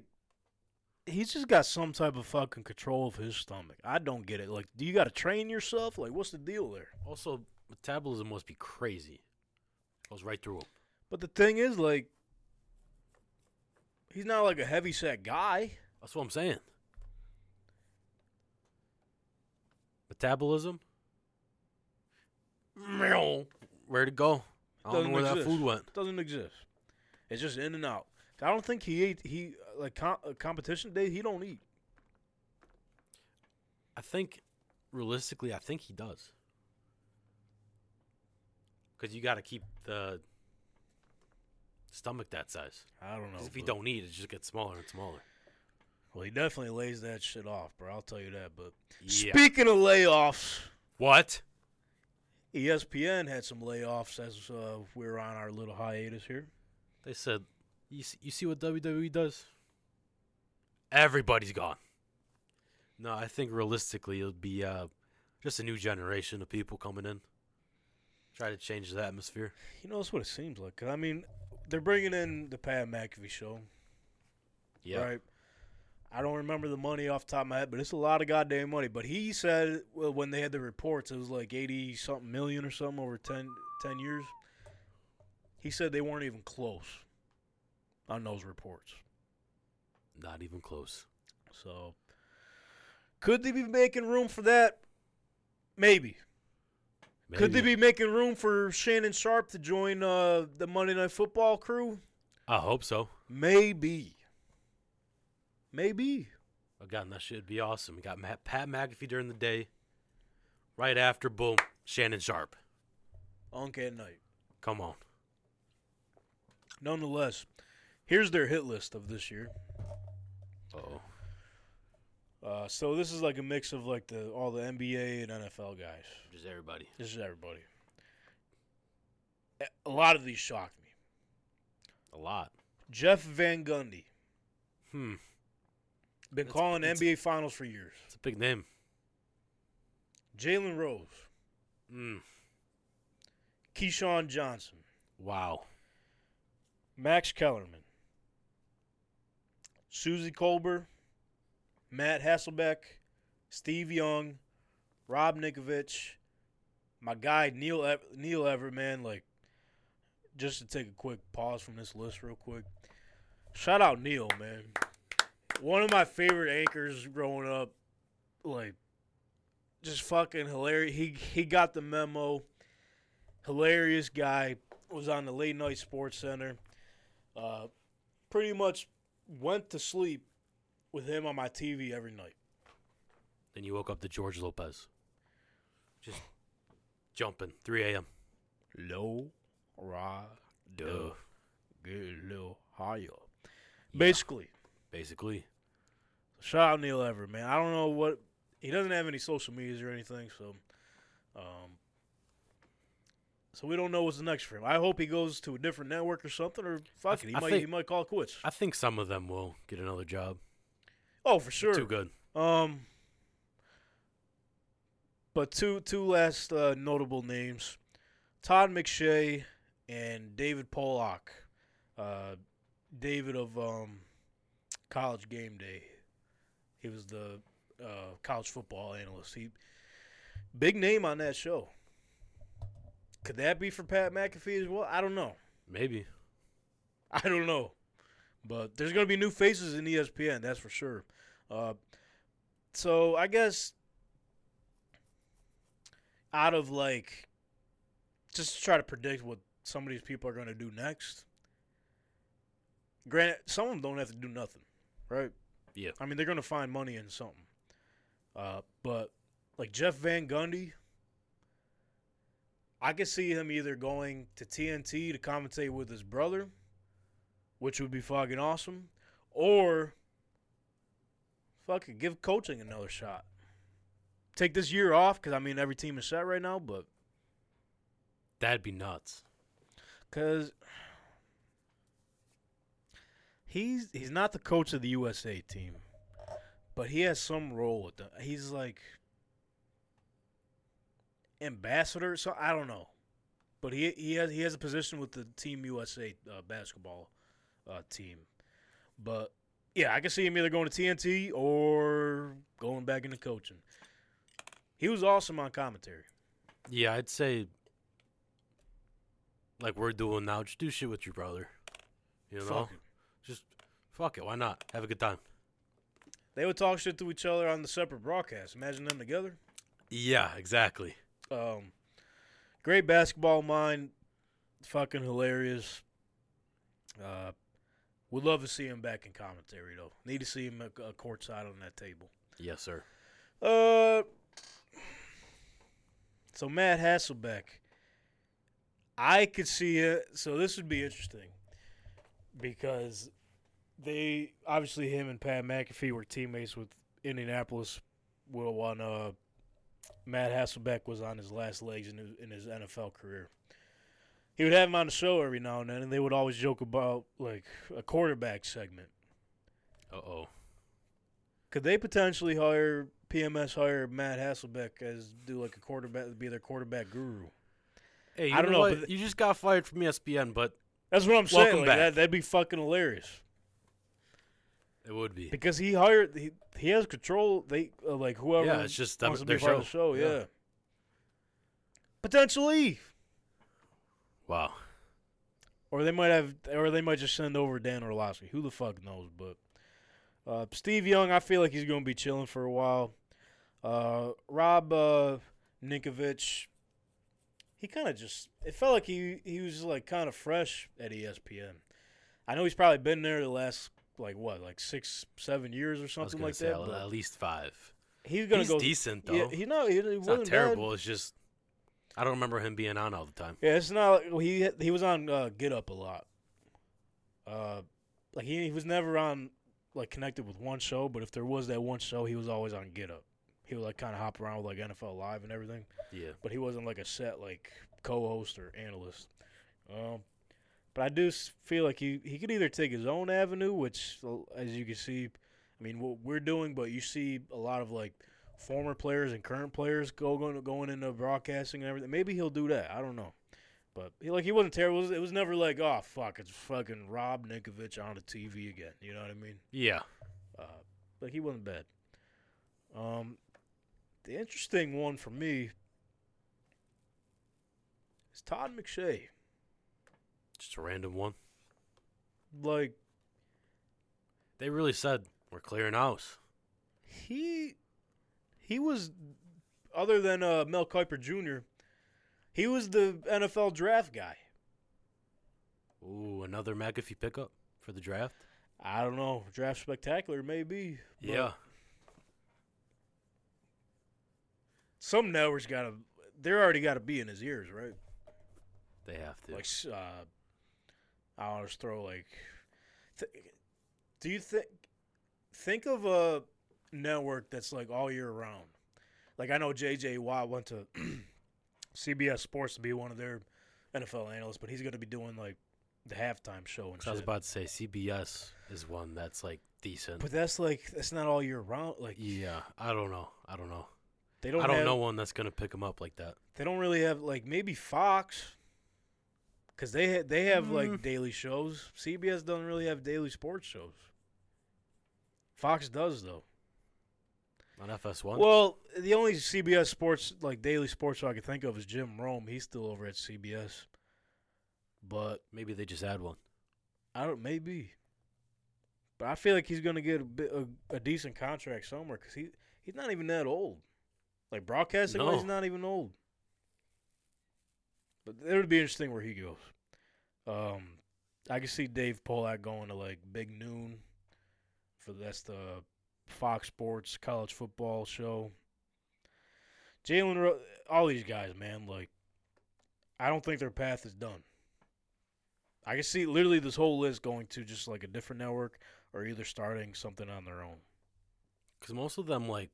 he's just got some type of fucking control of his stomach. I don't get it. Like, do you got to train yourself? Like, what's the deal there? Also, metabolism must be crazy. Goes right through him. But the thing is, like, he's not like a heavy set guy. That's what I'm saying. Metabolism. Meow. Where to go? I don't know Doesn't where that exist. food went. Doesn't exist. It's just in and out. I don't think he ate. He like com- uh, competition day. He don't eat. I think realistically, I think he does. Because you got to keep the stomach that size. I don't know. 'Cause if you but- don't eat, it just gets smaller and smaller. well, he definitely lays that shit off, bro. I'll tell you that. But Yeah. speaking of layoffs. E What? ESPN had some layoffs as uh, we were on our little hiatus here. They said, you see, you see what WWE does? Everybody's gone. No, I think realistically, it'll be uh, just a new generation of people coming in. Try to change the atmosphere. You know, that's what it seems like. 'Cause, I mean, they're bringing in the Pat McAfee show, Yeah. right? I don't remember the money off the top of my head, but it's a lot of goddamn money. But he said well, when they had the reports, it was like 80 something million or something over 10, 10 years. He said they weren't even close on those reports. Not even close. So, could they be making room for that? Maybe. Could they Maybe. be making room for Shannon Sharp to join uh, the Monday Night Football crew? I hope so. Maybe. Maybe. Again, that should be awesome. We got Matt, Pat McAfee during the day. Right after, boom, Shannon Sharp. Unk at night. Come on. Nonetheless, here's their hit list of this year. Oh, Uh, so this is like a mix of like the all the NBA and NFL guys. just everybody. This is everybody. A- A lot of these shocked me. A lot. Jeff Van Gundy. Hmm. Been That's- calling that's- NBA Finals for years. It's a big name. Jalen Rose. Mm. Keyshawn Johnson. Wow. Max Kellerman. Susie Kolber, Matt Hasselbeck, Steve Young, Rob Nikovich, my guy Neil Ev- Neil Everett, man. Like, just to take a quick pause from this list, real quick. Shout out Neil, man. One of my favorite anchors growing up. Like, just fucking hilarious. He he got the memo. Hilarious guy was on the late night sports center. Uh, pretty much went to sleep with him on my TV every night. Then you woke up to George Lopez. Just jumping. 3 a.m. Low ride, Duh. get a little higher. Basically, Basically. shout out Neil Everett, man. I don't know what he doesn't have any social medias or anything, so um, so we don't know what's next for him. I hope he goes to a different network or something, or fuck it, he I might think- he might call it quits. I think some of them will get another job. Oh, for sure. Too good. Um, but two two last uh, notable names, Todd McShay and David Pollock. Uh, David of um, College Game Day. He was the uh, college football analyst. He big name on that show. Could that be for Pat McAfee as well? I don't know. Maybe. <laughs> I don't know. But there's going to be new faces in E ESPN, that's for sure. Uh, so I guess out of like just to try to predict what some of these people are going to do next. Granted, some of them don't have to do nothing, right? Yeah. I mean, they're going to find money in something. Uh, but like Jeff Van Gundy, I could see him either going to TNT to commentate with his brother, which would be fucking awesome, or fucking give coaching another shot. Take this year off because I mean every team is set right now, but That'd be nuts. because he's he's not the coach of the USA team, but he has some role with them. He's like ambassador, so I don't know, but he he has he has a position with the Team USA uh, basketball uh, team, but. Yeah, I can see him either going to TNT or going back into coaching. He was awesome on commentary. Yeah, I'd say like we're doing now, just do shit with your brother. You know? Fuck it. Just fuck it. Why not? Have a good time. They would talk shit to each other on the separate broadcasts. Imagine them together. Yeah, exactly. Um, great basketball mind, fucking hilarious. Uh, would love to see him back in commentary though. Need to see him uh, uh, courtside on that table. Yes, sir. Uh, so Matt Hasselbeck, I could see it. So this would be interesting because they obviously him and Pat McAfee were teammates with Indianapolis. Will one uh, Matt Hasselbeck was on his last legs in his, in his NFL career. He would have him on the show every now and then, and they would always joke about like a quarterback segment. Uh oh. Could they potentially hire PMS hire Matt Hasselbeck as do like a quarterback be their quarterback guru? Hey, I don't know, but- you just got fired from E ESPN, but That's what I'm saying. Welcome like, back. That, that'd be fucking hilarious it would be. because he hired he, he has control. They uh, like whoever Yeah, it's just them- wants to their be part show. of the show. Yeah. Yeah. potentially, Wow. or they might have, or they might just send over Dan Orlovsky. Who the fuck knows? But uh, Steve Young, I feel like he's gonna be chilling for a while. Uh, Rob uh, Ninkovich, he kind of just it felt like he he was like kind of fresh at E ESPN. I know he's probably been there the last like what like six seven years or I was something gonna like say that. at- but at least five. he's gonna He's go decent though. Yeah, he no, he, he it's wasn't not bad. terrible. It's just I don't remember him being on all the time. Yeah, it's not. He he was on uh, Get Up a lot. Uh, like he he was never on like connected with one show, but if there was that one show, he was always on Get Up. He would like kind of hop around with like NFL Live and everything, Yeah. but he wasn't like a set like co-host or analyst. Um, but I do s- feel like he he could either take his own avenue, which uh, as you can see, I mean what we're doing, but you see a lot of like former players and current players go going going into broadcasting and everything. Maybe he'll do that. I don't know. But he, like he wasn't terrible. It was, it was never like, oh fuck, it's fucking Rob Ninkovich on the TV again. You know what I mean? Yeah. Uh, like he wasn't bad. Um, the interesting one for me is Todd McShay. Just a random one. Like They really said we're clearing house. he, he was other than uh, Mel Kiper Jr. He was the NFL draft guy. Ooh, another McAfee pickup for the draft. I don't know, draft spectacular maybe. but yeah. some networks got to. They're already got to be in his ears, right? They have to. Like, s- uh, I'll just throw like. Th- do you think? Think of a network that's like all year round. Like I know JJ Watt went to <clears throat> CBS Sports to be one of their NFL analysts, but he's going to be doing like the halftime show and I was shit. about to say CBS is one that's like decent. But that's like that's not all year round. Like yeah, I don't know. I don't know. they don't. I don't have- know one that's gonna pick him up like that. They don't really have like maybe Fox, because they ha- they have Mm. like daily shows. CBS doesn't really have daily sports shows. Fox does though. On FS1. Well, the only CBS sports like daily sports show I can think of is Jim Rome. He's still over at CBS, but Maybe they just add one. I don't maybe. But I feel like he's gonna get a bit, a, a decent contract somewhere because he he's not even that old. Like broadcasting, wise, he's No. not even old. But it would be interesting where he goes. Um, I can see Dave Polak going to like Big Noon for that's the Fox Sports college football show. Jalen, Ro- all these guys, man, like I don't think their path is done. I can see literally this whole list going to just like a different network or either starting something on their own. Because most of them, like,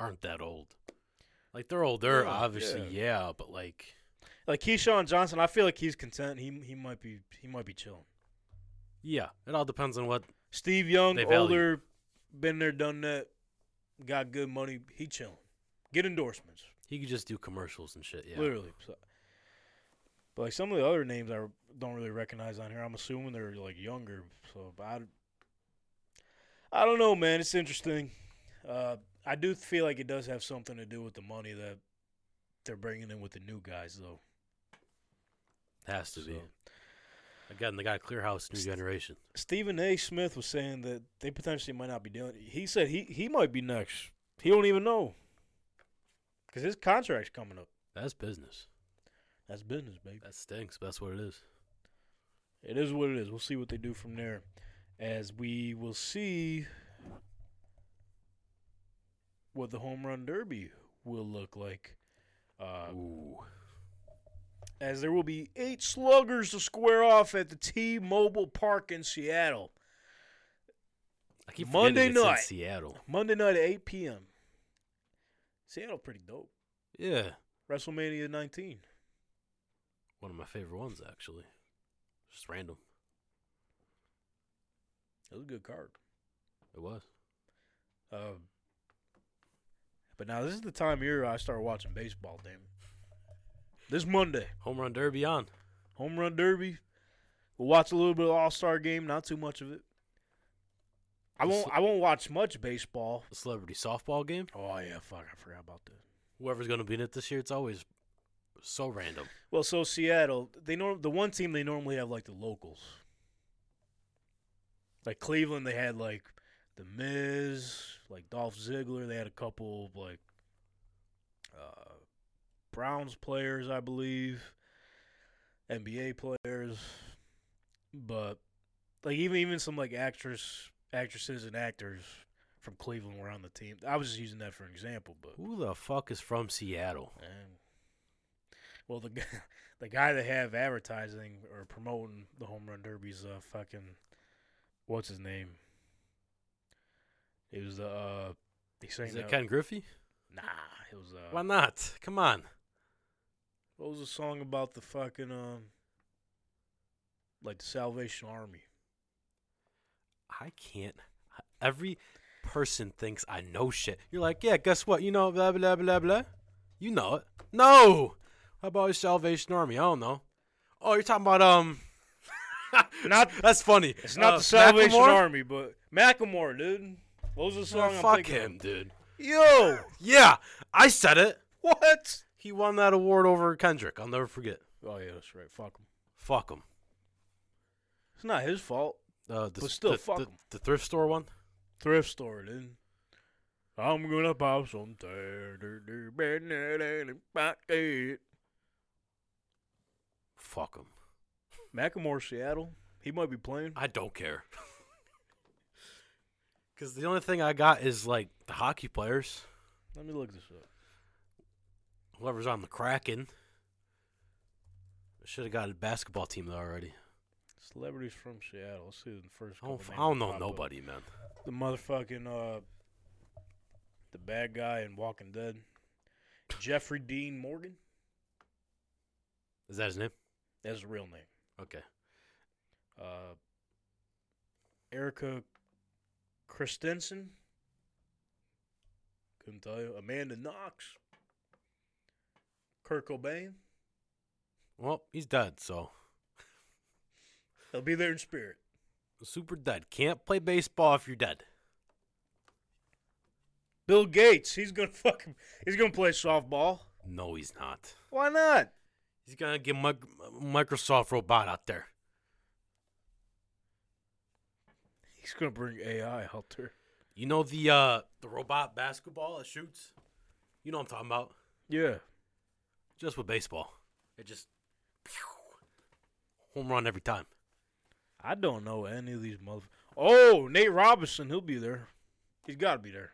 aren't that old. Like, they're older, Yeah, obviously, yeah. but, like, Like Keyshawn Johnson, I feel like he's content. He he might be he might be chilling. yeah. It all depends on what. Steve Young, They value. older, been there, done that, got good money. He chilling. Get endorsements, He could just do commercials and shit, yeah. literally. So, but like some of the other names I don't really recognize on here. I'm assuming they're like younger. So but I, I don't know, man. It's interesting. Uh, I do feel like it does have something to do with the money that they're bringing in with the new guys, though. Has to be. So- Again, they got Clear House, New Generation. Stephen A. Smith was saying that they potentially might not be dealing. He said he, he might be next. He don't even know because his contract's coming up. That's business. That's business, baby. That stinks, but that's what it is. It is what it is. We'll see what they do from there, as we will see what the home run derby will look like. Uh, Ooh. as there will be eight sluggers to square off at the T-Mobile Park in Seattle I keep Monday forgetting it's in night. Seattle. Monday night at 8 p.m. Seattle, pretty dope. Yeah. WrestleMania 19. One of my favorite ones, actually. Just random. It was a good card. It was. Um, but now this is the time of year I start watching baseball. Damn it! This Monday, Home Run Derby on. home run derby. We'll watch a little bit of All Star game. Not too much of it. I won't. I won't watch much baseball. The celebrity softball game. Oh yeah, fuck! I forgot about that. Whoever's going to be in it this year, it's always so random. Well, so Seattle, they norm the one team they normally have like the locals. Like Cleveland, they had like the Miz, like Dolph Ziggler. They had a couple of like uh, Browns players, I believe, NBA players, but like even even some like actress actresses and actors from Cleveland were on the team. I was just using that for an example, but Who the fuck is from Seattle? and- well, the guy, <laughs> the guy that have advertising or promoting the home run derby's uh fucking what's his name? It was the uh he sang Is it the- Ken Griffey? nah. It was uh Why not? Come on. what was the song about the fucking um like the Salvation Army? I can't. Every person thinks I know shit. You're like, yeah, guess what? You know, blah, blah, blah, blah. You know it. No! How about his Salvation Army? I don't know. Oh, you're talking about um. <laughs> Not- that's funny. It's not Uh, the Salvation Macklemore? Army, but Macklemore, dude. What was the Oh, song? I'm fuck thinking of? him, dude. Yo, Yeah, I said it. what? He won that award over Kendrick. I'll never forget. Oh yeah, that's right. Fuck him. Fuck him. It's not his fault. Uh, the, But still, the, fuck the, 'em. the thrift store one. Thrift store, dude. I'm gonna pop some. Macklemore, Fuck him. Seattle. He might be playing. I don't care. <laughs> Because the only thing I got is like the hockey players, Let me look this up. whoever's on the Kraken. Should have got a basketball team though already. Celebrities from Seattle. Let's see the first. I couple don't, I names don't know pop up. nobody, man. The motherfucking uh, the bad guy in Walking Dead, Jeffrey Dean Morgan. Is that his name? That's his real name. Okay. uh, Erica Christensen. Couldn't tell you. Amanda Knox. Kurt Cobain. Well, he's dead, so They'll be there in spirit. super dead. Can't play baseball if you're dead. Bill Gates. He's gonna <laughs> fucking. He's gonna play softball. No, he's not. Why not? He's gonna get mic- Microsoft robot out there. He's gonna bring AI out there. You know the uh the robot basketball that shoots. You know what I'm talking about. Yeah. Just with baseball, it just home run every time. I don't know any of these mother. Oh, Nate Robinson. He'll be there. He's got to be there.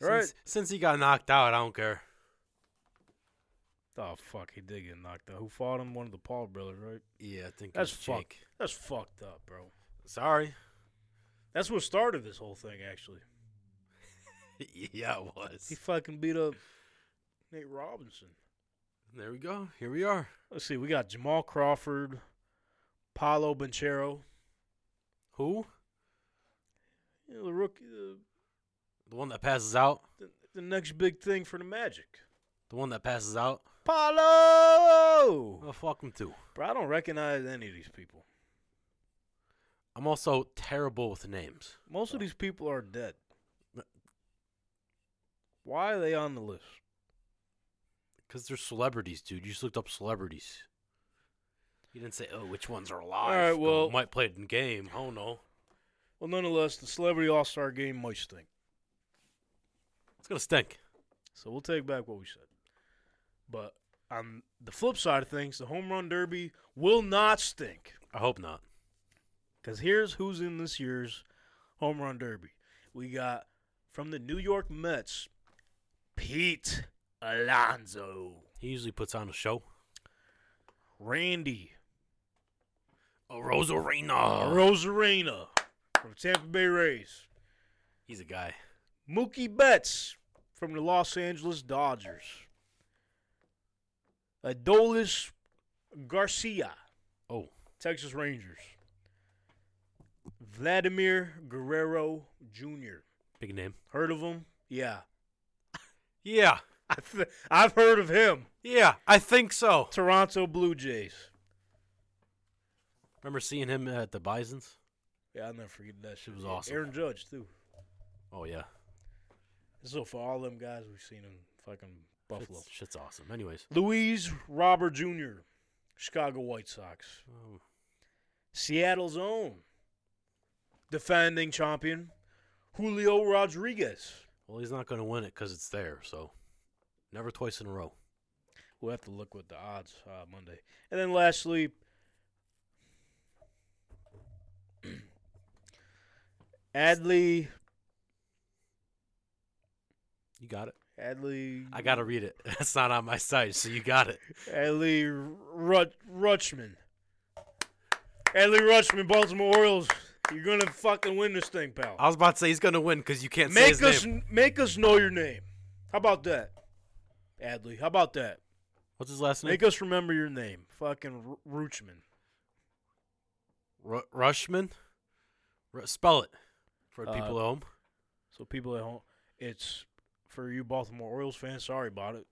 Since, Right. since he got knocked out, I don't care. Oh fuck, he did get knocked out. Who fought him? One of the Paul brothers, right? Yeah, I think That's it was fucked. Jake. That's fucked up, bro. Sorry. That's what started this whole thing, actually. <laughs> yeah, it was. He fucking beat up Nate Robinson. There we go. Here we are. Let's see, we got Jamal Crawford, Paolo Banchero, Who? you know, the rookie, the, The one that passes out. the, the next big thing for the Magic. The one that passes out. Paolo! Well, fuck him too. Bro, I don't recognize any of these people. I'm also terrible with names. Most of these people are dead. Why are they on the list? Because they're celebrities, dude. You just looked up celebrities. You didn't say, oh, which ones are alive. All right, Go, well- might play it in game. I don't know. Well, nonetheless, the Celebrity All Star game might stink. It's going to stink. So we'll take back what we said. But on the flip side of things, the home run derby will not stink. I hope not. Because here's who's in this year's home run derby. We got from the New York Mets, Pete Alonso, He usually puts on a show. Randy Oh, Rosarina. Rosarena from Tampa Bay Rays, He's a guy. Mookie Betts from the Los Angeles Dodgers, Adolis Garcia Oh, Texas Rangers. Vladimir Guerrero Jr. big name. Heard of him? Yeah. <laughs> Yeah. I th- I've heard of him. Yeah, I think so. Toronto Blue Jays. Remember seeing him at the Bisons? Yeah, I'll never forget that shit. was Yeah, awesome. Aaron Judge, too. Oh, yeah. So for all them guys, we've seen him fucking Buffalo. Shit's, shit's awesome. Anyways. Louise Robert Jr., Chicago White Sox. Oh, Seattle's own defending champion, Julio Rodriguez. well, he's not going to win it because it's there, so never twice in a row. We'll have to look what the odds uh, Monday. And then lastly, <clears throat> Adley. You got it. Adley. I got to read it. <laughs> That's not on my site, so you got it. Adley Rut, Rutschman. Adley Rutschman, Baltimore Orioles. You're gonna fucking win this thing, pal. I was about to say he's going to win because you can't say make his us name. make us know your name. How about that, Adley? How about that? What's his last name? Make us remember your name, fucking R- Rutschman. Ru- Rushman. Ru- spell it for Uh, people at home. So people at home, it's for you Baltimore Orioles fans. Sorry about it.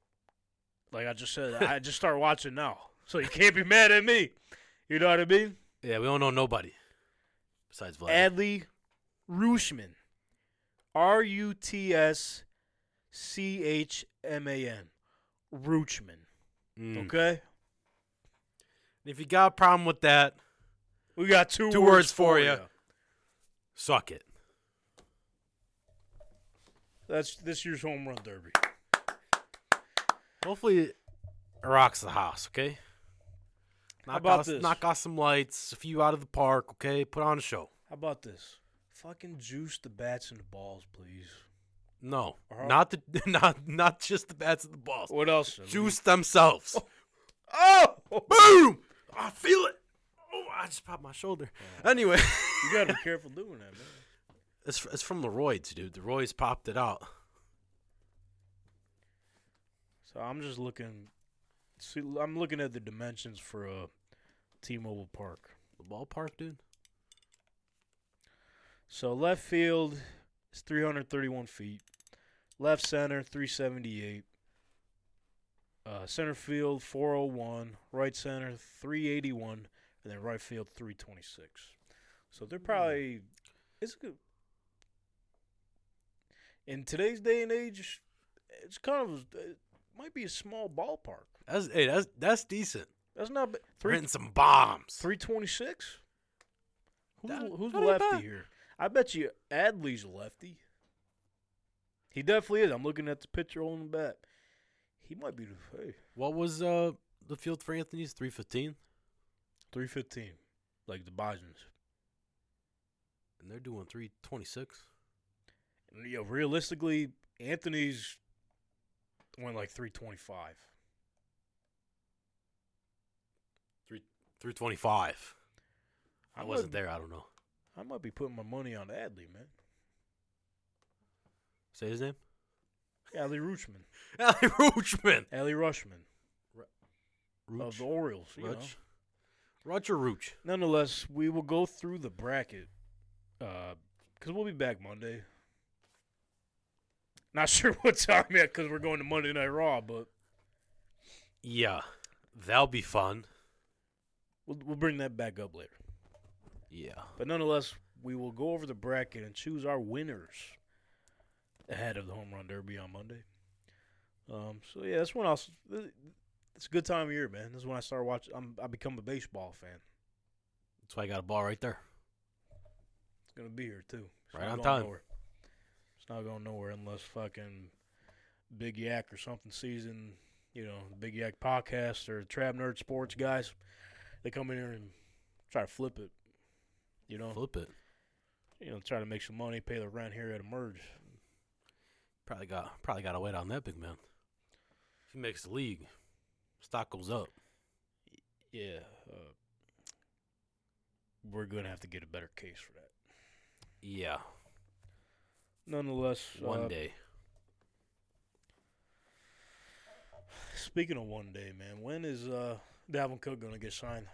Like I just said, I just started watching now, so you can't be mad at me. You know what I mean? Yeah, we don't know nobody besides Vlad. Adley Rushman, R U T S C H M A N, Ruchman. Mm. Okay, If you got a problem with that, we got two Two words, words for ya. ya. suck it. That's this year's home run derby. Hopefully, it rocks the house. Okay. Knock about out, this? Knock out some lights. A few out of the park. Okay. Put on a show. How about this? Fucking juice the bats and the balls, please. No, Uh-huh. not the <laughs> not not just the bats and the balls. What else? Juice <laughs> themselves. Oh, Boom! I feel it. Oh, I just popped my shoulder. Anyway, you gotta be careful doing that, man. <laughs> it's it's from the Roids, dude. The Roids popped it out. So I'm just looking. See, I'm looking at the dimensions for uh, T-Mobile Park. The ballpark, dude. So left field is 331 feet. Left center 378. Uh, center field 401. Right center 381, and then right field 326. So they're probably it's good. In today's day and age, it's kind of it might be a small ballpark. That's hey, that's that's decent. That's not ba- Three, three Hitting some bombs. three twenty six. Who's That- who's the that ain't lefty bad. here? I bet you Adley's a lefty. He definitely is. I'm looking at the picture on the back. He might be the hey, What was uh the field for Anthony's? Three fifteen, three fifteen, like the Bison's. and they're doing three twenty six. You know, realistically, Anthony's went like three twenty five. Three twenty five. I I'm wasn't not- there. I don't know. I might be putting my money on Adley, man. Say his name. Adley Rushman. Allie <laughs> Roachman. Adley Rushman of Roach. the Orioles. You know. Roach. Roger Roach. nonetheless, we will go through the bracket because we'll be back Monday. Not <laughs> sure what time yet because we're going to Monday Night Raw, but Yeah, that'll be fun. we'll, we'll bring that back up later. Yeah. But nonetheless, we will go over the bracket and choose our winners ahead of the Home Run Derby on Monday. Um, so yeah, that's when I'll. s- th- It's a good time of year, man. This is when I start watching. I'm, I become a baseball fan. That's why I got a ball right there. It's gonna be here too. It's Right not on going time. Nowhere. It's not going nowhere unless fucking Big Yak or something season, you know, the Big Yak podcast or Trap Nerd Sports guys. They come in here and try to flip it. You know, Flip it. you know, try to make some money, pay the rent here at Emerge. Probably got probably got to wait on that big man. If he makes the league, stock goes up. Yeah, uh, we're gonna have to get a better case for that. Yeah, Nonetheless, one uh, day. Speaking of one day, man, when is uh Dalvin Cook gonna get signed?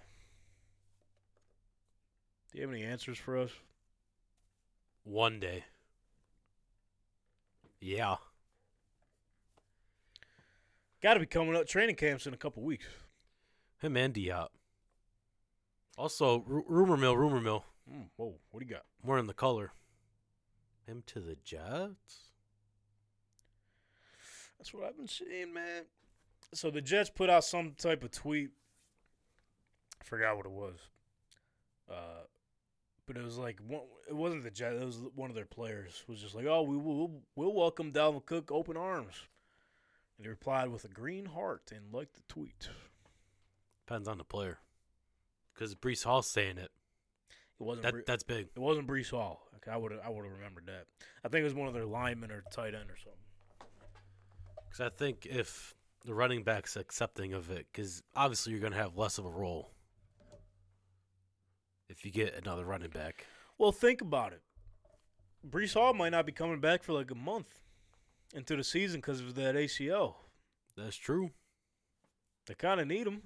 Do you have any answers for us? One day. Yeah. Got to be coming up. Training camps in a couple weeks. Him and Diop. Also, ru- rumor mill, rumor mill. Mm, whoa, what do you got? More in the color. Him to the Jets. That's what I've been seeing, man. So the Jets put out some type of tweet. I forgot what it was. Uh, but it was like one, it wasn't the Jets. It was one of their players was just like, "Oh, we will we'll welcome Dalvin Cook open arms." And he replied with a green heart and liked the tweet. Depends on the player. Because Brees Hall's saying it. It wasn't. Bre- That that's big. it wasn't Brees Hall. Okay, I would I would have remembered that. I think it was one of their linemen or tight end or something. Because I think if the running back's accepting of it, because obviously you're going to have less of a role if you get another running back. Well, think about it. Brees Hall might not be coming back for like a month into the season because of that ACL. That's true. They kind of need him.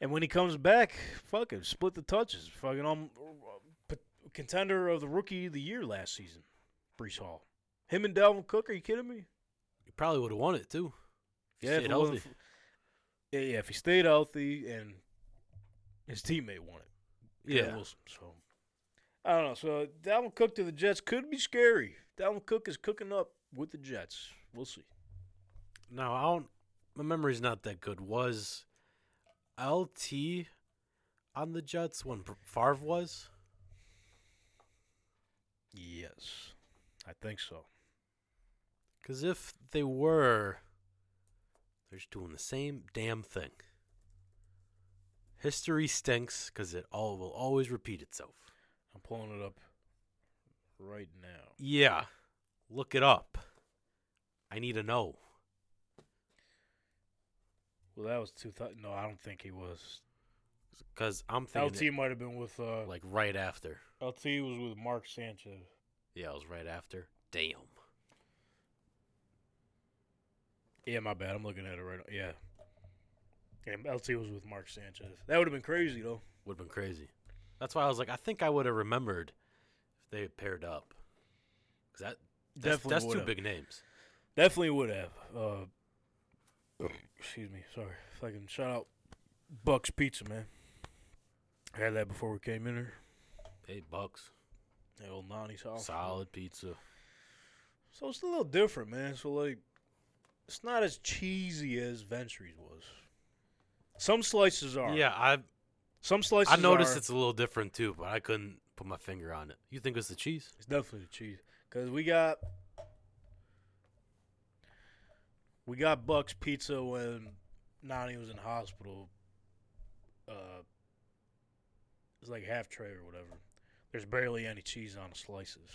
And when he comes back, fuck it, split the touches. Fucking um, p- contender of the rookie of the year last season, Brees Hall. Him and Dalvin Cook? Are you kidding me? You probably would have won it too. If he if stayed it wasn't healthy. f- yeah, yeah. If he stayed healthy and his teammate won it, Garrett Yeah. Wilson, so I don't know. So Dalvin Cook to the Jets could be scary. Dalvin Cook is cooking up with the Jets. We'll see. No, I don't. My memory's not that good. Was LT on the Jets when P- Favre was? Yes, I think so. Because if they were, they're just doing the same damn thing. History stinks because it all will always repeat itself. I'm pulling it up right now. Yeah, look it up. I need to know. Well, that was two thousand. No, I don't think he was. Because I'm LT thinking might have been with. Uh, it, like right after. LT was with Mark Sanchez. Yeah, it was right after. Damn. Yeah, my bad. I'm looking at it right now. Yeah. And LT was with Mark Sanchez. That would have been crazy, though. Would have been crazy. That's why I was like, I think I would have remembered if they had paired up. Because that, that's, Definitely that's would two have. big names. Definitely would have. Uh, excuse me. Sorry. If I can shout out Buck's Pizza, man. I had that before we came in here. Eight bucks. That old Nani's house. Solid pizza. So it's a little different, man. So, like, it's not as cheesy as Ventry's was. Some slices are. Yeah, I Some slices I noticed are- it's a little different too, but I couldn't put my finger on it. You think it's the cheese? It's definitely the cheese because we got we got Buck's Pizza when Nani was in hospital. Uh, it's like half tray or whatever. There's barely any cheese on the slices.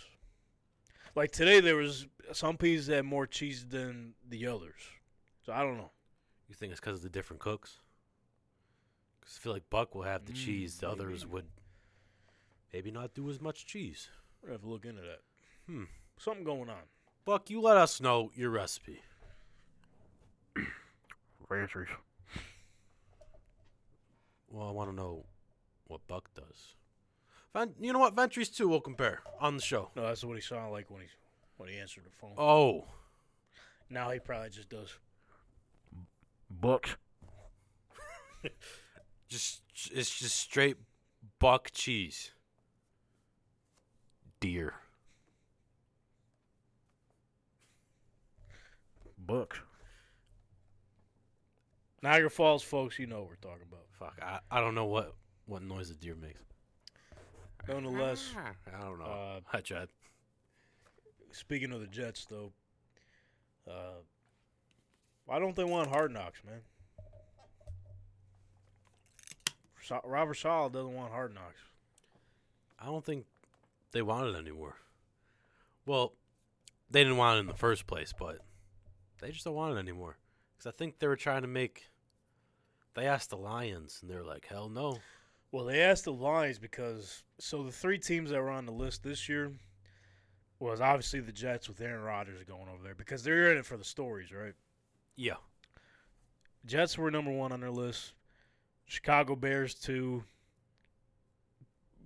Like today, there was some pieces that had more cheese than the others. So I don't know. You think it's because of the different cooks? 'Cause I feel like Buck will have the Mm, cheese. The others maybe. would maybe not do as much cheese. We're gonna have to look into that. Hmm. Something going on. Buck, you let us know your recipe. Ranchers. Well, I want to know what Buck does. Ven- you know what? Ventries too. We'll compare on the show. No, that's what he sounded like when he when he answered the phone. Oh, Now he probably just does. just it's just straight Buck cheese. Deer. Bucks. Niagara Falls, folks, you know what we're talking about. Fuck. I, I don't know what what noise a deer makes. Nonetheless, I don't know. Uh, I tried. speaking of the Jets, though, uh, why don't they want Hard Knocks, man? So- Robert Sala doesn't want Hard Knocks. I don't think they wanted it anymore. Well, they didn't want it in the first place, but they just don't want it anymore. Because I think they were trying to make. They asked the Lions, and they were like, "Hell no." Well, they asked the Lions because so the three teams that were on the list this year was obviously the Jets with Aaron Rodgers going over there because they're in it for the stories, right? Yeah. Jets were number one on their list. Chicago Bears two.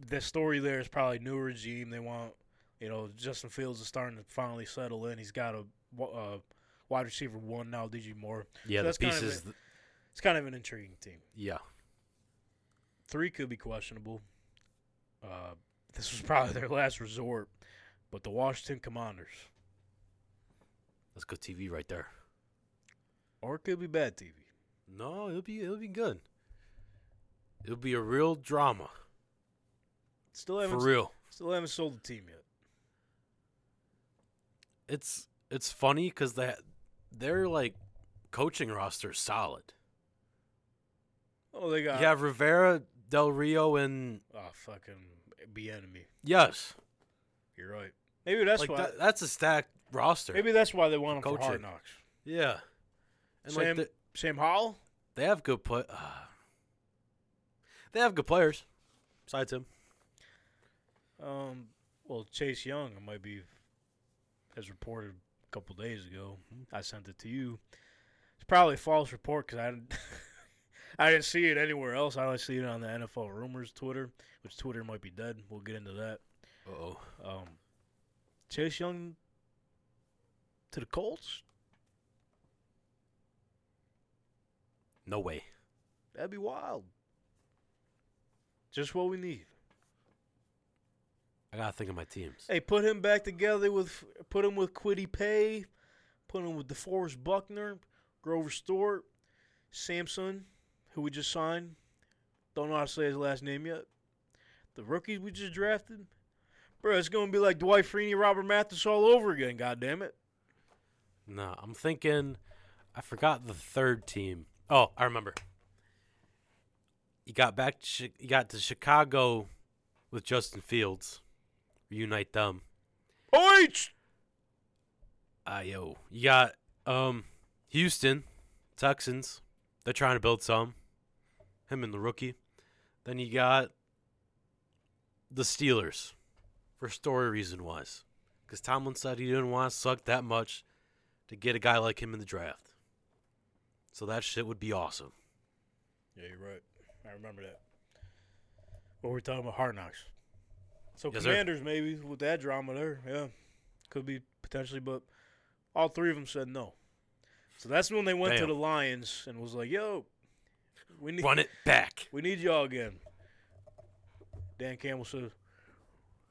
The story there is probably new regime. They want, you know, Justin Fields is starting to finally settle in. He's got a wa- uh, wide receiver one now, DJ Moore. Yeah, So the that's kind of pieces. it. It's kind of an intriguing team. yeah. Three could be questionable. Uh, this was <laughs> probably their last resort, but the Washington Commanders, That's good TV right there. or it could be bad TV. No, it'll be it'll be good. It'll be a real drama Still for haven't, real. still haven't sold the team yet. It's it's funny because that their like coaching roster is solid. Oh, they got You have Rivera, Del Rio, and oh fucking be enemy. yes, You're right. Maybe that's like why. that, that's a stacked roster. maybe that's why they want him for Coaching. Hard Knocks. Yeah, and Sam like Sam Howell. they, they have good play. uh, they have good players. Besides him, Um, well, Chase Young it might be, as reported a couple days ago. I sent it to you. It's probably a false report because I didn't. <laughs> I didn't see it anywhere else. I only see it on the NFL rumors Twitter, which Twitter might be dead. We'll get into that. oh, Um, Chase Young to the Colts? No way. That'd be wild. Just what we need. I gotta think of my teams. Hey, put him back together with put him with Quiddy Pay, put him with DeForest Buckner, Grover Stewart, Samson, who we just signed. Don't know how to say his last name yet. The rookies we just drafted. Bro, it's gonna be like Dwight Freeney, Robert Mathis all over again, god damn it. No, I'm thinking. I forgot the third team. Oh, I remember. You got back. to Chi- You got to Chicago with Justin Fields. Reunite them. Oich! Ah, yo. You got um Houston Texans. They're trying to build some. Him and the rookie. Then you got the Steelers for story reason wise, because Tomlin said he didn't want to suck that much to get a guy like him in the draft. So that shit would be <laughs> awesome. Yeah, you're right. I remember that. What we're talking about, hard knocks. So Yes, sir. commanders maybe with that drama there, yeah, could be potentially, but all three of them said no. So that's when they went Damn. to the Lions and was like, "Yo, we need Run it back. we need y'all again." Dan Campbell says,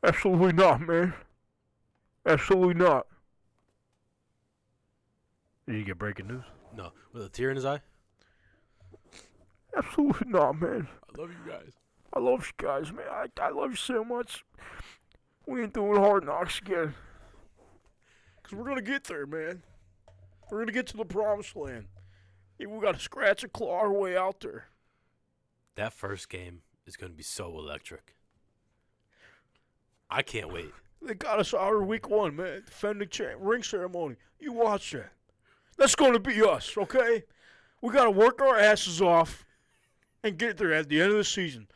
Absolutely not, man. Absolutely not. "Did you get breaking news?" No, with a tear in his eye. Absolutely not, man. I love you guys. I love you guys, man. I, I love you so much. We ain't doing hard knocks again. Because we're going to get there, man. We're going to get to the promised land. Yeah, we got to scratch and claw our way out there. That first game is going to be so electric. I can't wait. They got us our week one, man. Defending champ, ring ceremony. You watch that. That's going to be us, okay? We got to work our asses off and get there at the end of the season.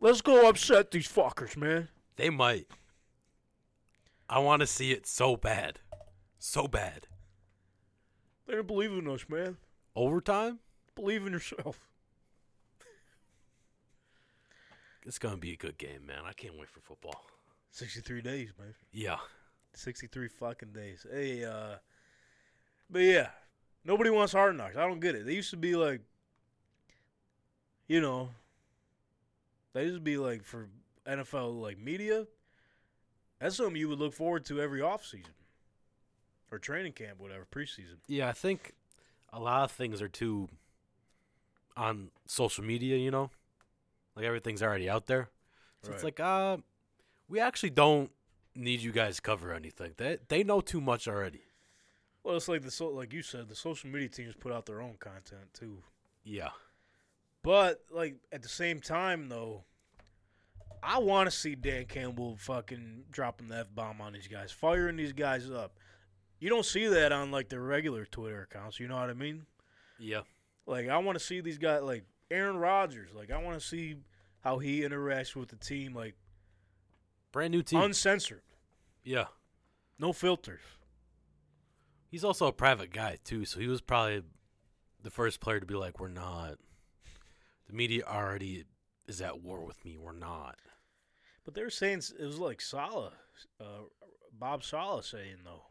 Let's go upset these fuckers, man. They might. I want to see it so bad. So bad. They don't believe in us, man. Overtime? Believe in yourself. It's going to be a good game, man. I can't wait for football. 63 days, man. Yeah. 63 fucking days. Hey, uh, but yeah, nobody wants hard knocks. I don't get it. They used to be like, you know, they used to be like for NFL like media. That's something you would look forward to every offseason or training camp, whatever, preseason. Yeah, I think a lot of things are too on social media, you know? Like everything's already out there. So it's like, uh, we actually don't need you guys to cover anything. They they know too much already. well, it's like the so, like you said, the social media teams put out their own content too. Yeah. But like at the same time though, I want to see Dan Campbell fucking dropping the f bomb on these guys, firing these guys up. You don't see that on like their regular Twitter accounts. You know what I mean? Yeah. Like I want to see these guys like Aaron Rodgers. Like I want to see how he interacts with the team, like Brand new team. uncensored, yeah. no filters. He's also a private guy too, so he was probably the first player to be like, "We're not." The media already is at war with me. We're not. But they were saying s- it was like Sala, uh, Bob Sala saying though.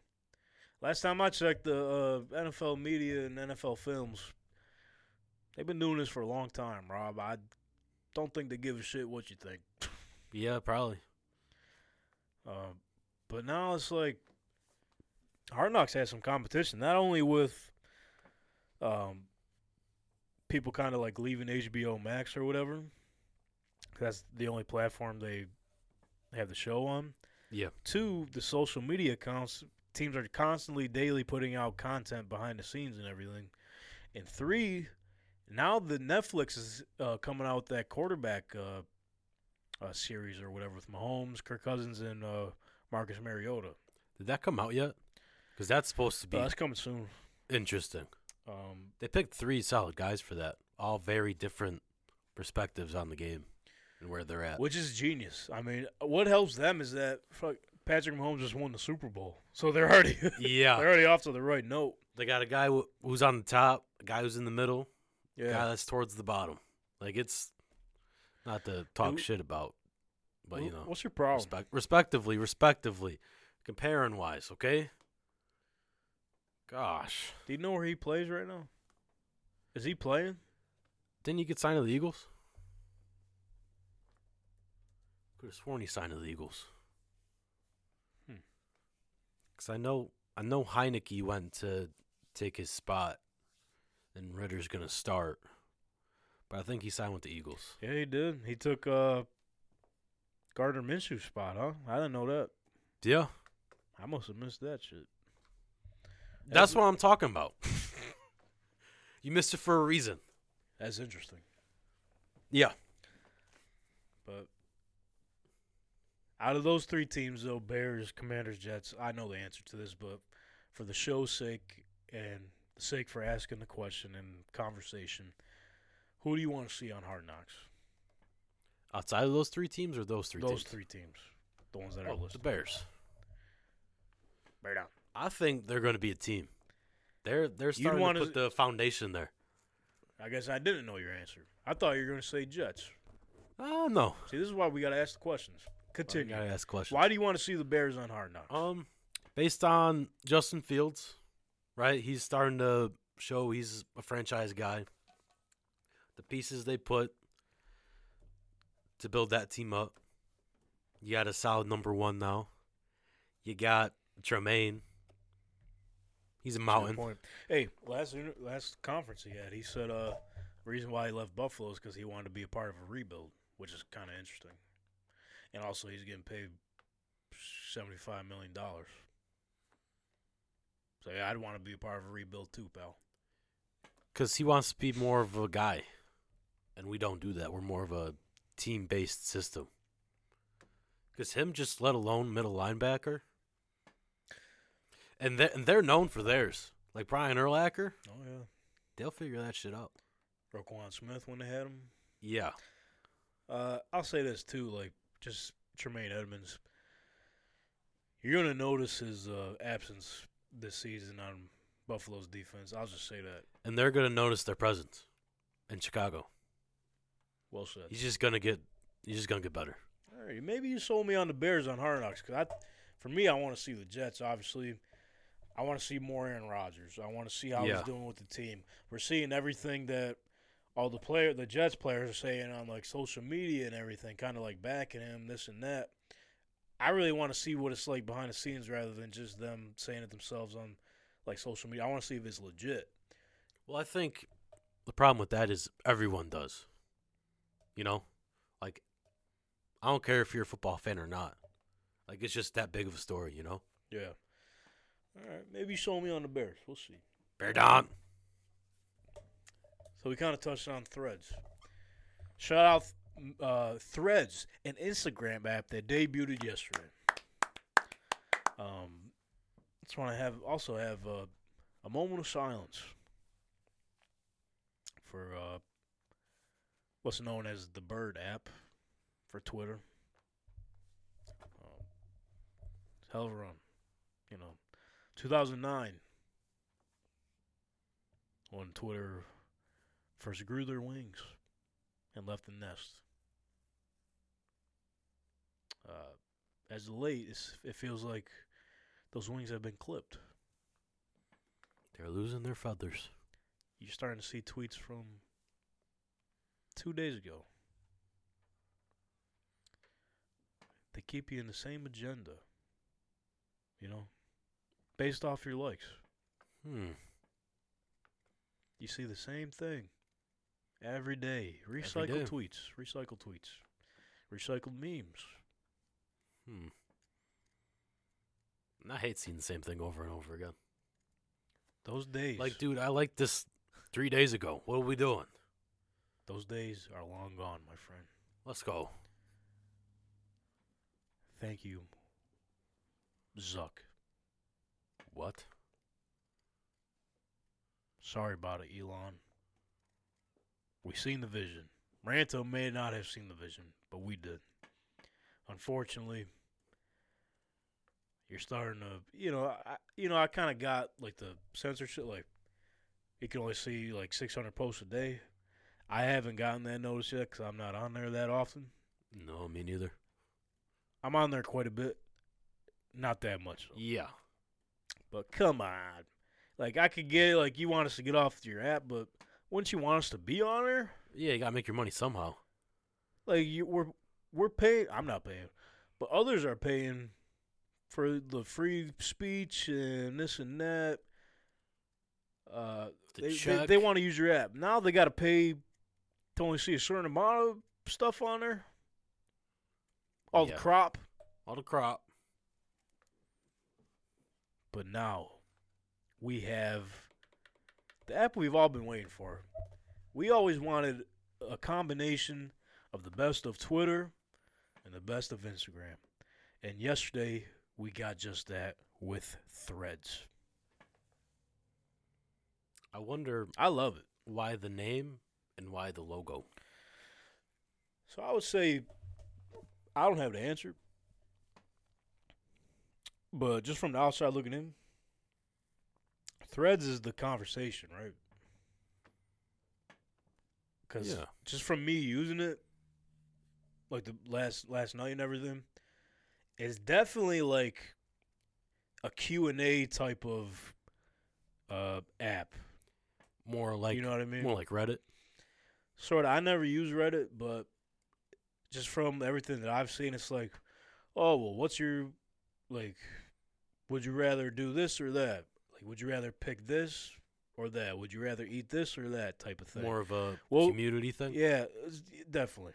Last time I checked, the uh, NFL media and NFL films, they've been doing this for a long time, Rob. I don't think they give a shit what you think. Yeah, probably. Uh, but now it's like Hard Knocks has some competition, not only with um, people kind of like leaving HBO Max or whatever. 'cause That's the only platform they have the show on. Yeah. Two, the social media accounts. Teams are constantly daily putting out content behind the scenes and everything. And three, now the Netflix is uh, coming out with that quarterback uh, uh, series or whatever with Mahomes, Kirk Cousins, and uh, Marcus Mariota. Did that come out yet? Because that's supposed to be Uh, that's coming soon. interesting. Um, They picked three solid guys for that, all very different perspectives on the game and where they're at. which is genius. I mean, what helps them is that fuck, Patrick Mahomes just won the Super Bowl, so they're already <laughs> they're yeah, already off to the right note. they got a guy wh- who's on the top, a guy who's in the middle, a guy Yeah. that's towards the bottom. Like it's not to talk Who- shit about, but you Wh- know. Oh. what's your problem? Respect, respectively, respectively, comparing wise, okay? Gosh. Do you know where he plays right now? Is he playing? Didn't he get signed to the Eagles? Could have sworn he signed to the Eagles. Hmm. Cause I know I know Heineke went to take his spot, and Ritter's gonna start. But I think he signed with the Eagles. Yeah, he did. He took uh Gardner Minshew's spot, huh? I didn't know that. Yeah, I must have missed that shit. that's what I'm talking about. <laughs> you missed it for a reason. That's interesting. Yeah, But out of those three teams, though, Bears, Commanders, Jets, I know the answer to this, but for the show's sake and the sake for asking the question and conversation, who do you want to see on Hard Knocks? outside of those three teams or those three those teams? three teams, the ones that are Oh, the listed. Bears. Bear down. I think they're going to be a team. They're they're You'd starting wanna- to put the foundation there. I guess I didn't know your answer. I thought you were going to say Jets. Oh no, See, this is why we got to ask the questions. I Continue. gotta ask questions. Why do you want to see the Bears on Hard Knocks? Um, based on Justin Fields, right? He's starting to show he's a franchise guy. The pieces they put to build that team up. You got a solid number one now. You got Tremaine. He's a That's a good mountain. point. Hey, last inter- last conference he had, he said uh, the reason why he left Buffalo is because he wanted to be a part of a rebuild, which is kind of interesting. And also, he's getting paid seventy five million dollars. So yeah, I'd want to be a part of a rebuild too, pal. Because he wants to be more of a guy. And we don't do that. We're more of a team based system. Because him just let alone middle linebacker. And they're, and they're known for theirs. Like Brian Erlacher, Oh yeah, they'll figure that shit out. Roquan Smith when they had him. Yeah. Uh, I'll say this too, like just Tremaine Edmonds. You're gonna notice his uh, absence this season on Buffalo's defense. I'll just say that. And they're going to notice their presence in Chicago. Well said. He's just going to get. He's just gonna get better. All right, maybe you sold me on the Bears on Hard Knocks 'cause I, for me, I want to see the Jets. Obviously, I want to see more Aaron Rodgers. I want to see how Yeah. he's doing with the team. We're seeing everything that all the player, the Jets players are saying on like social media and everything, kind of like backing him, this and that. I really want to see what it's like behind the scenes rather than just them saying it themselves on like social media. I want to see if it's legit. Well, I think the problem with that is everyone does. You know, like I don't care if you're a football fan or not. Like it's just that big of a story, you know. Yeah. All right, maybe you sold me on the Bears. We'll see. Bear down. So we kind of touched on Threads. Shout out uh, Threads, an Instagram app that debuted yesterday. Um, just want to have also have uh, a moment of silence for uh, what's known as the Bird app for Twitter. Um, hell of a run, you know. 2009 when Twitter first grew their wings and left the nest. Uh, as of late, it's, it feels like those wings have been clipped. They're losing their feathers. You're starting to see tweets from two days ago. They keep you in the same agenda, you know, based off your likes. Hmm. You see the same thing every day. Recycled day. tweets, recycled tweets, recycled memes. Hmm. And I hate seeing the same thing over and over again. Those days, Like, dude, I like this three days ago. What are we doing? those days are long gone, my friend. Let's go. Thank you, Zuck. What? Sorry about it, Elon. We seen the vision. Ranto may not have seen the vision, but we did. Unfortunately, you're starting to, you know, I, you know, I kind of got like the censorship, like you can only see like 600 posts a day. I haven't gotten that notice yet because I'm not on there that often. No, me neither. I'm on there quite a bit, not that much. though. Yeah. But come on. Like I could get it, like you want us to get off your app, but wouldn't you want us to be on there? Yeah, you gotta make your money somehow. Like you, we're we're paying. I'm not paying, but others are paying for the free speech and this and that. Uh, To they, they check. they want to use your app now. They got to pay to only see a certain amount of stuff on there. All Yeah. the crop, All the crop. but now we have the app we've all been waiting for. We always wanted a combination of the best of Twitter and the best of Instagram. And yesterday we got just that with threads. I wonder I love it. why the name and why the logo. So I would say I don't have the answer. But just from the outside looking in, threads is the conversation, right? Cuz Yeah. just from me using it like the last last night and everything, it's definitely like a Q&A type of uh app. More like you know what I mean? more like Reddit. sort of. I never use Reddit, but just from everything that I've seen, it's like, oh well, what's your like? Would you rather do this or that? Like, would you rather pick this or that? Would you rather eat this or that type of thing? More of a Well, community thing. yeah, it's- definitely.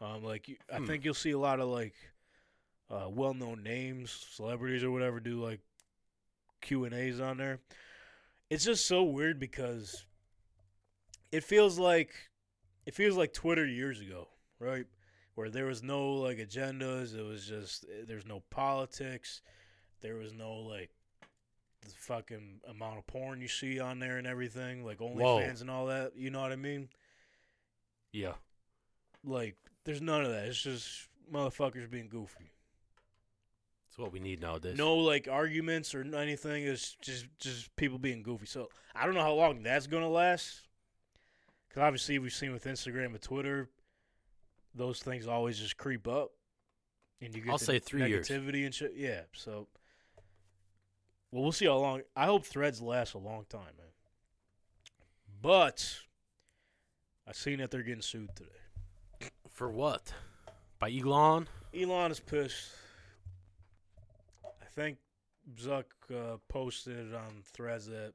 Um, like you, I Hmm. think you'll see a lot of like uh, well-known names, celebrities or whatever, do like Q and A's on there. It's just so weird because it feels like it feels like Twitter years ago, right? Where there was no like agendas. It was just eh, there's no politics. There was no like the fucking amount of porn you see on there and everything, like OnlyFans and all that. You know what I mean? Yeah. Like there's none of that. It's just motherfuckers being goofy. It's what we need nowadays. No like arguments or anything. It's just just people being goofy. So I don't know how long that's gonna last. Because obviously we've seen with Instagram and Twitter, those things always just creep up, and you get I'll the say three years. negativity and shit. Yeah. So, well, we'll see how long. I hope Threads lasts a long time, man. But I seen that they're getting sued today. For what? By Elon? Elon is pissed. I think Zuck uh, posted on Threads that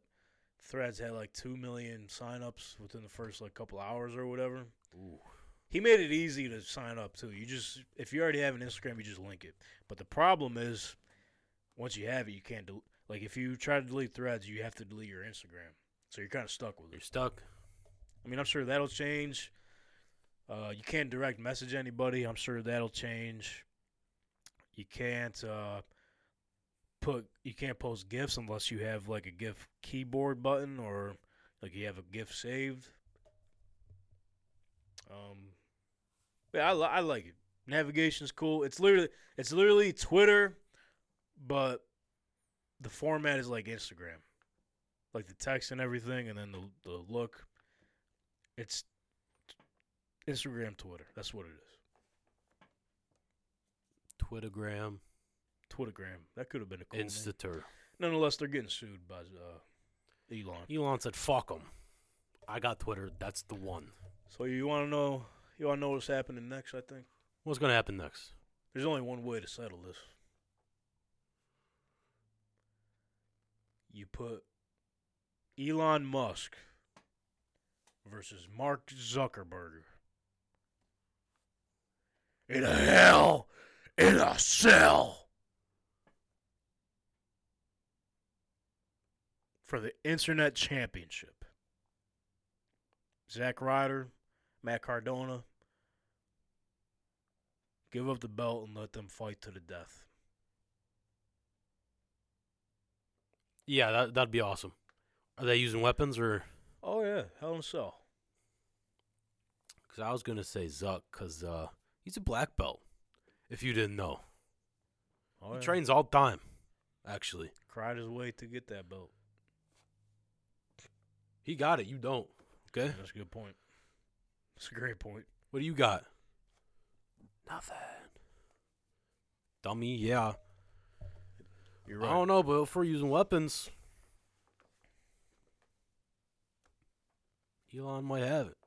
Threads had like two million signups within the first like couple hours or whatever. Ooh. He made it easy to sign up too. You just if you already have an Instagram, you just link it. But the problem is, once you have it, you can't do like if you try to delete Threads, you have to delete your Instagram. So you're kind of stuck with it. You're stuck. I mean, I'm sure that'll change. Uh, you can't direct message anybody. I'm sure that'll change. You can't uh, put you can't post gifs unless you have like a gif keyboard button or like you have a gif saved. Um, yeah, I, li- I like it. Navigation's cool. It's literally it's literally Twitter, but the format is like Instagram, like the text and everything, and then the the look. It's Instagram, Twitter. That's what it is. Twittergram. Twittergram. That could have been a cool name. Instater. Nonetheless, they're getting sued by uh, Elon. Elon said, fuck them. I got Twitter. That's the one. So you want to know? You want to know what's happening next? I think What's going to happen next? there's only one way to settle this. You put Elon Musk versus Mark Zuckerberg. In a hell, in a cell. for the Internet Championship. Zack Ryder, Matt Cardona, give up the belt and let them fight to the death. Yeah, that, that'd be awesome. Are they using weapons or? Oh yeah, Hell in a Cell. Because I was going to say Zuck because uh, he's a black belt, if you didn't know. Oh, He yeah. trains all the time, actually. cried his way to get that belt. He got it. You don't. Okay? That's a good point. That's a great point. What do you got? Nothing. Dummy, yeah. You're right. I don't know, but if we're using weapons, Elon might have it.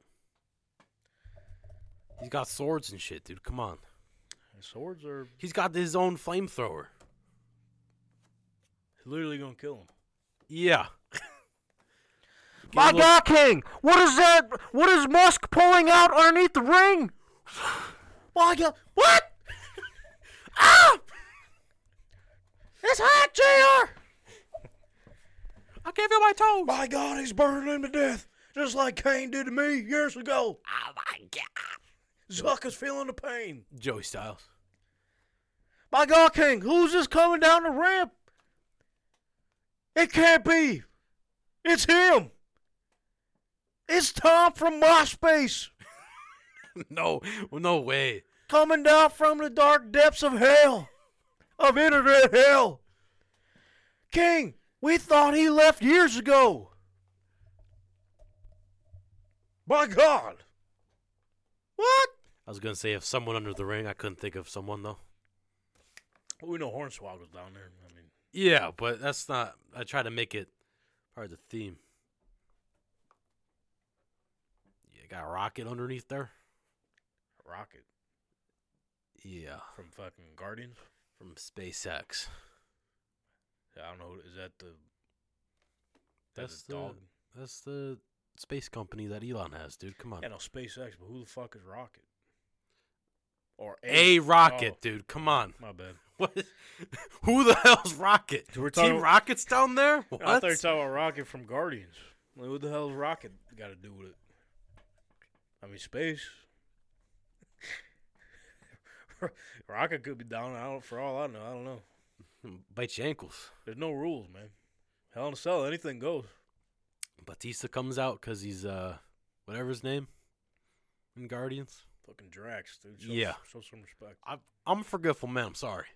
He's got swords and shit, dude. Come on. Swords are He's got his own flamethrower. literally gonna kill him. Yeah. Get a My little- God, King! What is that? What is Musk pulling out underneath the ring? <sighs> Why God! What? <laughs> Ah! It's hot, Jr. I gave you my toes. My God, he's burning him to death, just like Cain did to me years ago. Oh my god. Zuck is feeling the pain. Joey Styles. <laughs> My God, King, who's this coming down the ramp? It can't be. It's him. It's Tom from MySpace no, well, no way. coming down from the dark depths of hell, of internet hell. King, we thought he left years ago. My God. What? I was gonna say if someone under the ring. I couldn't think of someone though. Well, we know Hornswoggle's down there. I mean, Yeah, but that's not. I try to make it part of the theme. Yeah, got a rocket underneath there. Rocket Yeah, from fucking Guardians. from SpaceX. I don't know. Is that the That's the that's the space company that Elon has, dude. Come on, Yeah, no, SpaceX, but who the fuck is Rocket? Or a rocket, oh, dude. Come on, <laughs> my bad. what? is- Who the hell's Rocket? So we're Team talking- Rocket's down there. What? <laughs> I thought you were talking about Rocket from Guardians. Like, what the hell's Rocket got to do with it? I mean, space. <laughs> Rocket could be down. I don't. For all I know, I don't know. Bite your ankles. There's no rules, man. Hell in a cell, anything goes. Batista comes out because he's uh whatever his name in Guardians. Fucking Drax, dude. Show, Yeah. Show some respect. I, I'm a forgetful man. I'm sorry.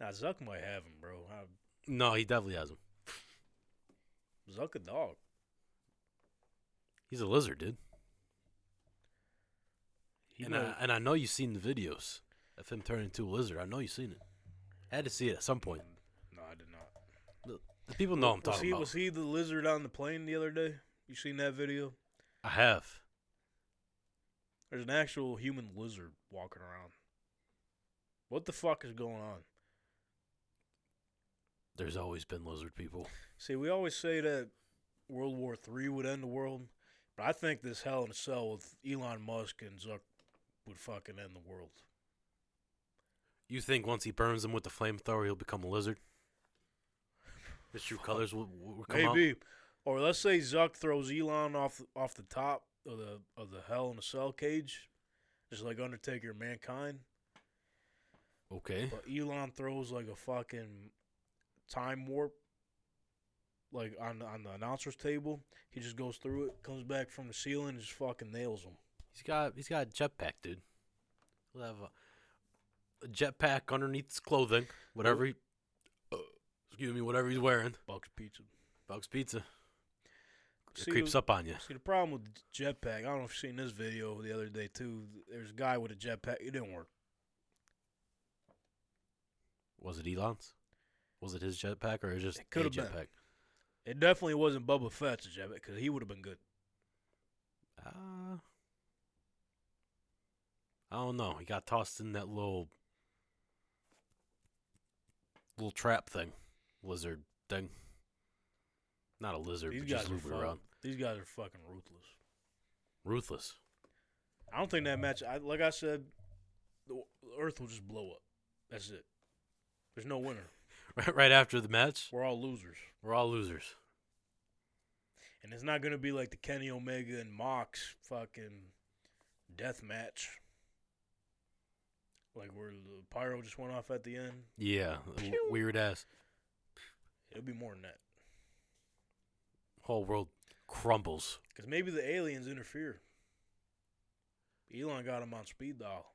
Now Zuck might have him, bro. I, No, he definitely has him. Zuck a dog. He's a lizard, dude. He and might- I, and I know you've seen the videos of him turning into a lizard. I know you've seen it. I had to see it at some point. no, I did not. The, the people know I'm was talking he, about. Was he the lizard on the plane the other day? You seen that video? I have. There's an actual human lizard walking around. What the fuck is going on? There's always been lizard people. See, we always say that World War Three would end the world, but I think this hell in a cell with Elon Musk and Zuck would fucking end the world. You think once he burns them with the flamethrower, he'll become a lizard? His true colors will, will come out. Maybe, or let's say Zuck throws Elon off off the top of the of the hell in a cell cage, just like Undertaker, and mankind. Okay. But Elon throws like a fucking time warp, like on on the announcer's table. He just goes through it, comes back from the ceiling, and just fucking nails him. He's got he's got a jetpack, dude. He'll have a, a jetpack underneath his clothing, whatever he, uh, excuse me, whatever he's wearing. Bucks Pizza. Bugs Pizza. It See, uh, creeps the, up on you. See the problem with jetpack. I don't know if you seen this video the other day too. There's a guy with a jetpack. It didn't work. Was it Elon's? Was it his jetpack or just It a could've been. jetpack? It definitely wasn't Bubba Fett's jetpack because he would have been good. Uh, I don't know. He got tossed in that little little trap thing, lizard thing. Not a lizard, These but just guys are moving fuck- around. These guys are fucking ruthless. Ruthless. <laughs> I don't Uh-huh. think that match. I, like I said, the Earth will just blow up. That's it. There's no winner. Right, right after the match, We're all losers. we're all losers. And it's not gonna be like the Kenny Omega and Mox fucking death match. Like where the pyro just went off at the end. Yeah, a w- weird ass. It'll be more than that. Whole world crumbles. Because maybe the aliens interfere. Elon got him on speed dial.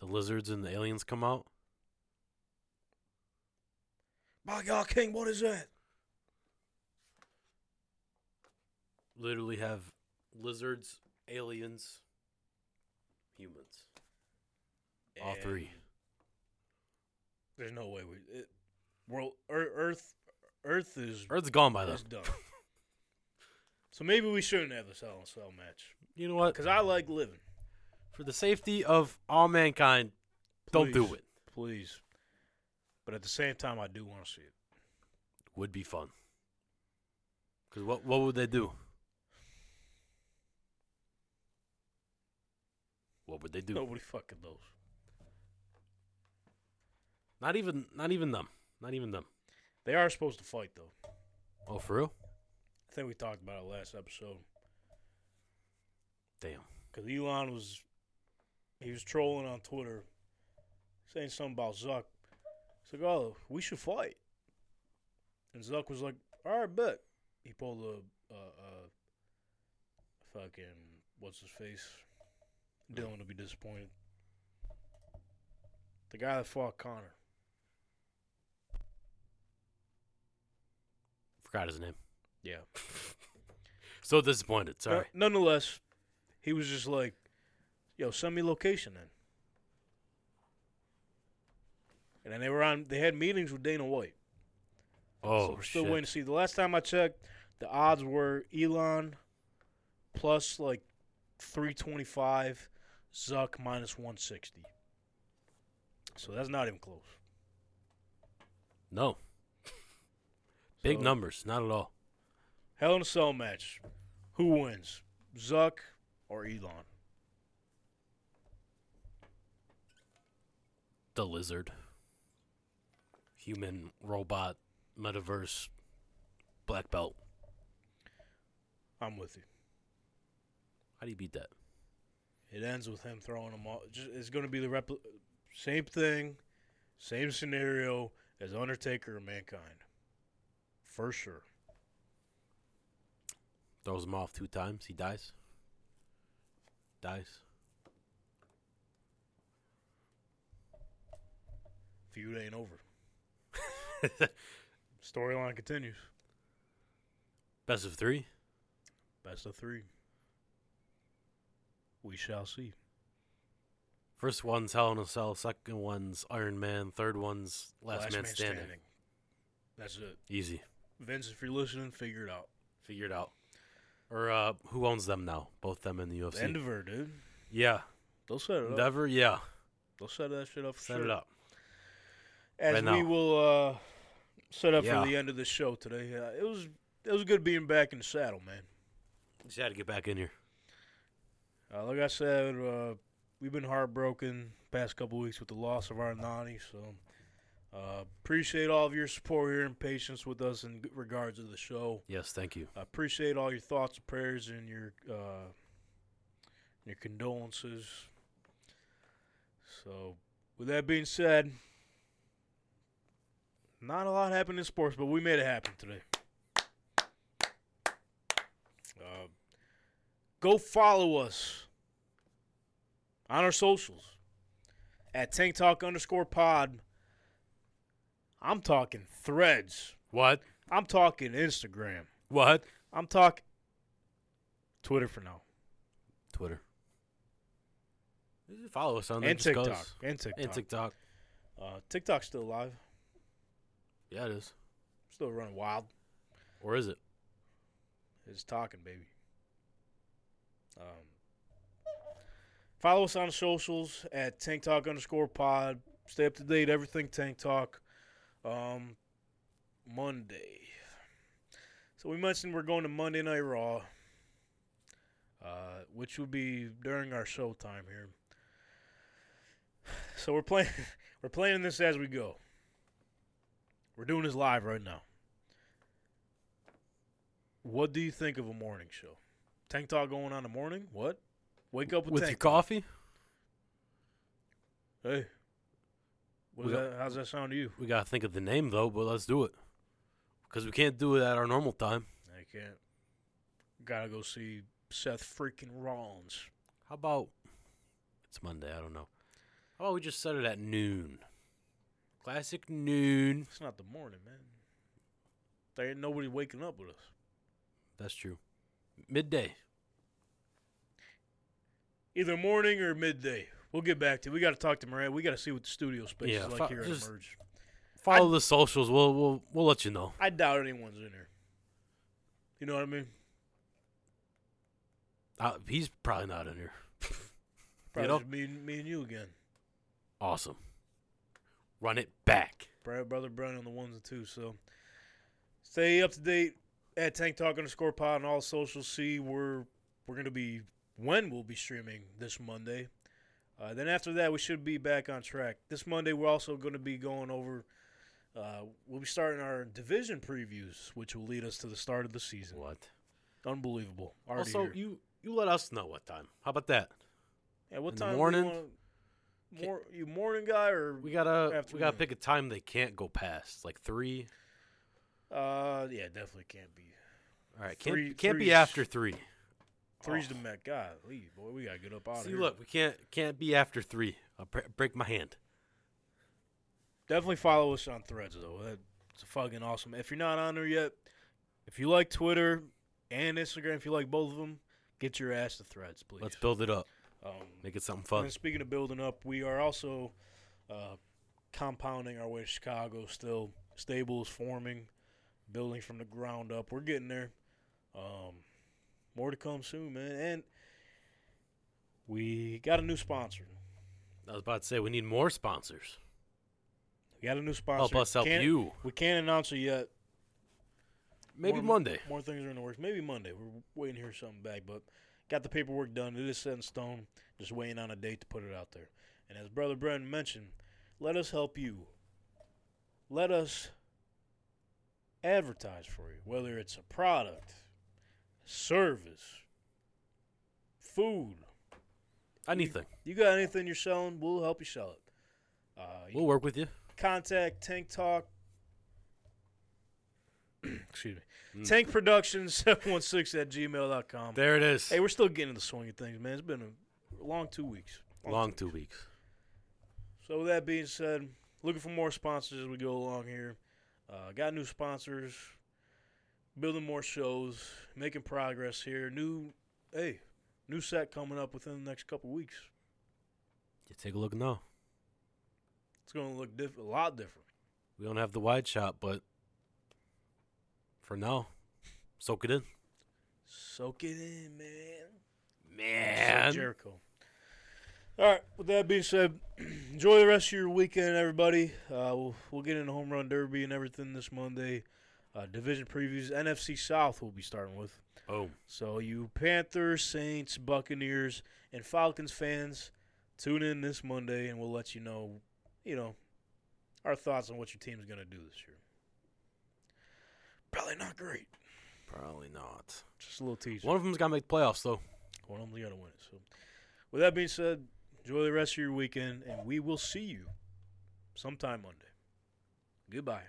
The lizards and the aliens come out. By God, King, what is that? Literally have lizards, aliens, humans. All And three. There's no way we. It, world, Ear- Earth, Earth is Earth's gone by then. is done. so maybe we shouldn't have this Hell in a Cell match You know what? because I like living. For the safety of all mankind, don't do Please. it. Please, but at the same time, I do want to see it. Would be fun. Because what what would they do? What would they do? Nobody fucking knows. Not even not even them. Not even them. They are supposed to fight though. Oh, for real? I think we talked about it last episode Damn. because Elon was he was trolling on Twitter, saying something about Zuck. He's like, "Oh, we should fight," and Zuck was like, "All right, bet." He pulled a, a, a fucking what's his face? Dylan will be disappointed. The guy that fought Connor. Forgot his name. Yeah. So disappointed. Sorry. No- nonetheless, he was just like, "Yo, send me location then." And then they were on. They had meetings with Dana White. oh so we're still shit. waiting to see. The last time I checked, the odds were Elon plus like three twenty five, Zuck minus one sixty. So that's not even close. No. Big So- numbers. Not at all. Hell in a Cell match. Who wins, Zuck or Elon? The lizard. Human robot metaverse black belt. I'm with you. How do you beat that? It ends with him throwing them all. Just, it's going to be the repli- same thing, same scenario as Undertaker and Mankind. For sure. Throws him off two times. He dies. Dies. Feud ain't over. <laughs> Storyline continues. Best of three. Best of three. We shall see. First one's Hell in a Cell. Second one's Iron Man. Third one's Last, Man, standing. That's it. Easy. Vince, if you're listening, figure it out. Figured out. Or uh, who owns them now? Both them in the UFC. Endeavor, dude. yeah. They'll set it up. Endeavor. Yeah. They'll set that shit up. For Set sure. it up. as Right we now. will uh, set up Yeah. for the end of the show today. Uh, it was it was good being back in the saddle, man. Just had to get back in here. Uh, like I said, uh, we've been heartbroken past couple weeks with the loss of our Nani. So uh, appreciate all of your support here and patience with us in g- regards to the show. Yes. Thank you. I appreciate all your thoughts and prayers and your uh, your condolences. So, with that being said, not a lot happened in sports, but we made it happen today. Uh, go follow us on our socials at Tank Talk underscore Pod. I'm talking threads. What? I'm talking Instagram. What? I'm talking Twitter for now. Twitter. Follow us on there. And just go- TikTok. and TikTok. And TikTok. Uh, TikTok's still alive. Yeah, it is. Still running wild. Or is it? It's talking, baby. Um, follow us on socials at Tank Talk underscore pod. Stay up to date, everything Tank Talk. Um, Monday. So we mentioned we're going to Monday Night Raw, uh, which will be during our show time here. So we're playing, <laughs> we're playing this as we go. We're doing this live right now. What do you think of a morning show? Tank Talk going on in the morning? What? Wake up with, With your tank Talk. coffee? Hey, what We does got- that, how's that sound to you? We gotta think of the name though, but let's do it. Because we can't do it at our normal time. I can't. Gotta go see Seth freaking Rollins. How about it's Monday? I don't know. How about we just set it at noon? Classic noon. It's not the morning, man. There ain't nobody waking up with us. That's true. Midday. Either morning or midday. We'll get back to. it. We got to talk to Moran. We got to see what the studio space Yeah, is like fi- here at just- Emerge. Follow the socials. We'll we'll we'll let you know. I doubt anyone's in here. You know what I mean? Uh, he's probably not in here. Probably know? just me, and- me and you again. Awesome. Run it back. Bro- Brother Brent on the ones and twos. So stay up to date at Tank Talk underscore pod and all socials. See we're we're gonna be when we'll be streaming this Monday. Uh, then after that, we should be back on track. This Monday, we're also going to be going over. Uh, we'll be starting our division previews, which will lead us to the start of the season. What? Unbelievable! Already Also, here. you you let us know what time. How about that? yeah, what in the time? do you morning- wanna- More, you morning guy or We gotta we Afternoon. gotta pick a time they can't go past, like three. uh, yeah, definitely can't be. All right, can't Three- can't three's- be after three. Three's the Oh. Met. Golly, boy, we gotta get up out of See, here. look, we can't can't be after three. I'll pre- break my hand. Definitely follow us on Threads though. That's fucking awesome. If you're not on there yet, if you like Twitter and Instagram, if you like both of them, get your ass to Threads, please. Let's build it up. um, Make it something and fun. then speaking of building up, we are also uh, compounding our way to Chicago. Still, stables forming, building from the ground up. We're getting there. Um, more to come soon, man. And we got a new sponsor. I was about to say we need more sponsors. We got a new sponsor. Help us help Can't- you. We can't announce it yet. Maybe More- Monday. More things are in the works. Maybe Monday. We're waiting to hear something back, but got the paperwork done. It is set in stone. Just waiting on a date to put it out there. And as Brother Brendan mentioned, let us help you. Let us advertise for you, whether it's a product, service, food. Anything. You got anything you're selling, we'll help you sell it. Uh, you We'll work with you. contact Tank Talk. Excuse me. Mm. Tank Productions 716 at gmail.com. There it is. Hey, we're still getting in the swing of things, man. It's been a long two weeks. Long two weeks. So, with that being said, looking for more sponsors as we go along here. Uh, got new sponsors, building more shows, making progress here. New, hey, new set coming up within the next couple weeks. You take a look now. It's going to look diff- a lot different. We don't have the wide shot, but for now, soak it in. Soak it in, man. Man. Jericho. All right. With that being said, <clears throat> enjoy the rest of your weekend, everybody. Uh, we'll, we'll get into home run derby and everything this Monday. Uh, division previews. NFC South we'll be starting with. Boom. So you Panthers, Saints, Buccaneers, and Falcons fans, tune in this Monday, and we'll let you know, you know, our thoughts on what your team's gonna do this year. Probably not great. Probably not. Just a little teaser. One of them's got to make the playoffs, though. One of them's got to win it. So, with that being said, enjoy the rest of your weekend, and we will see you sometime Monday. Goodbye.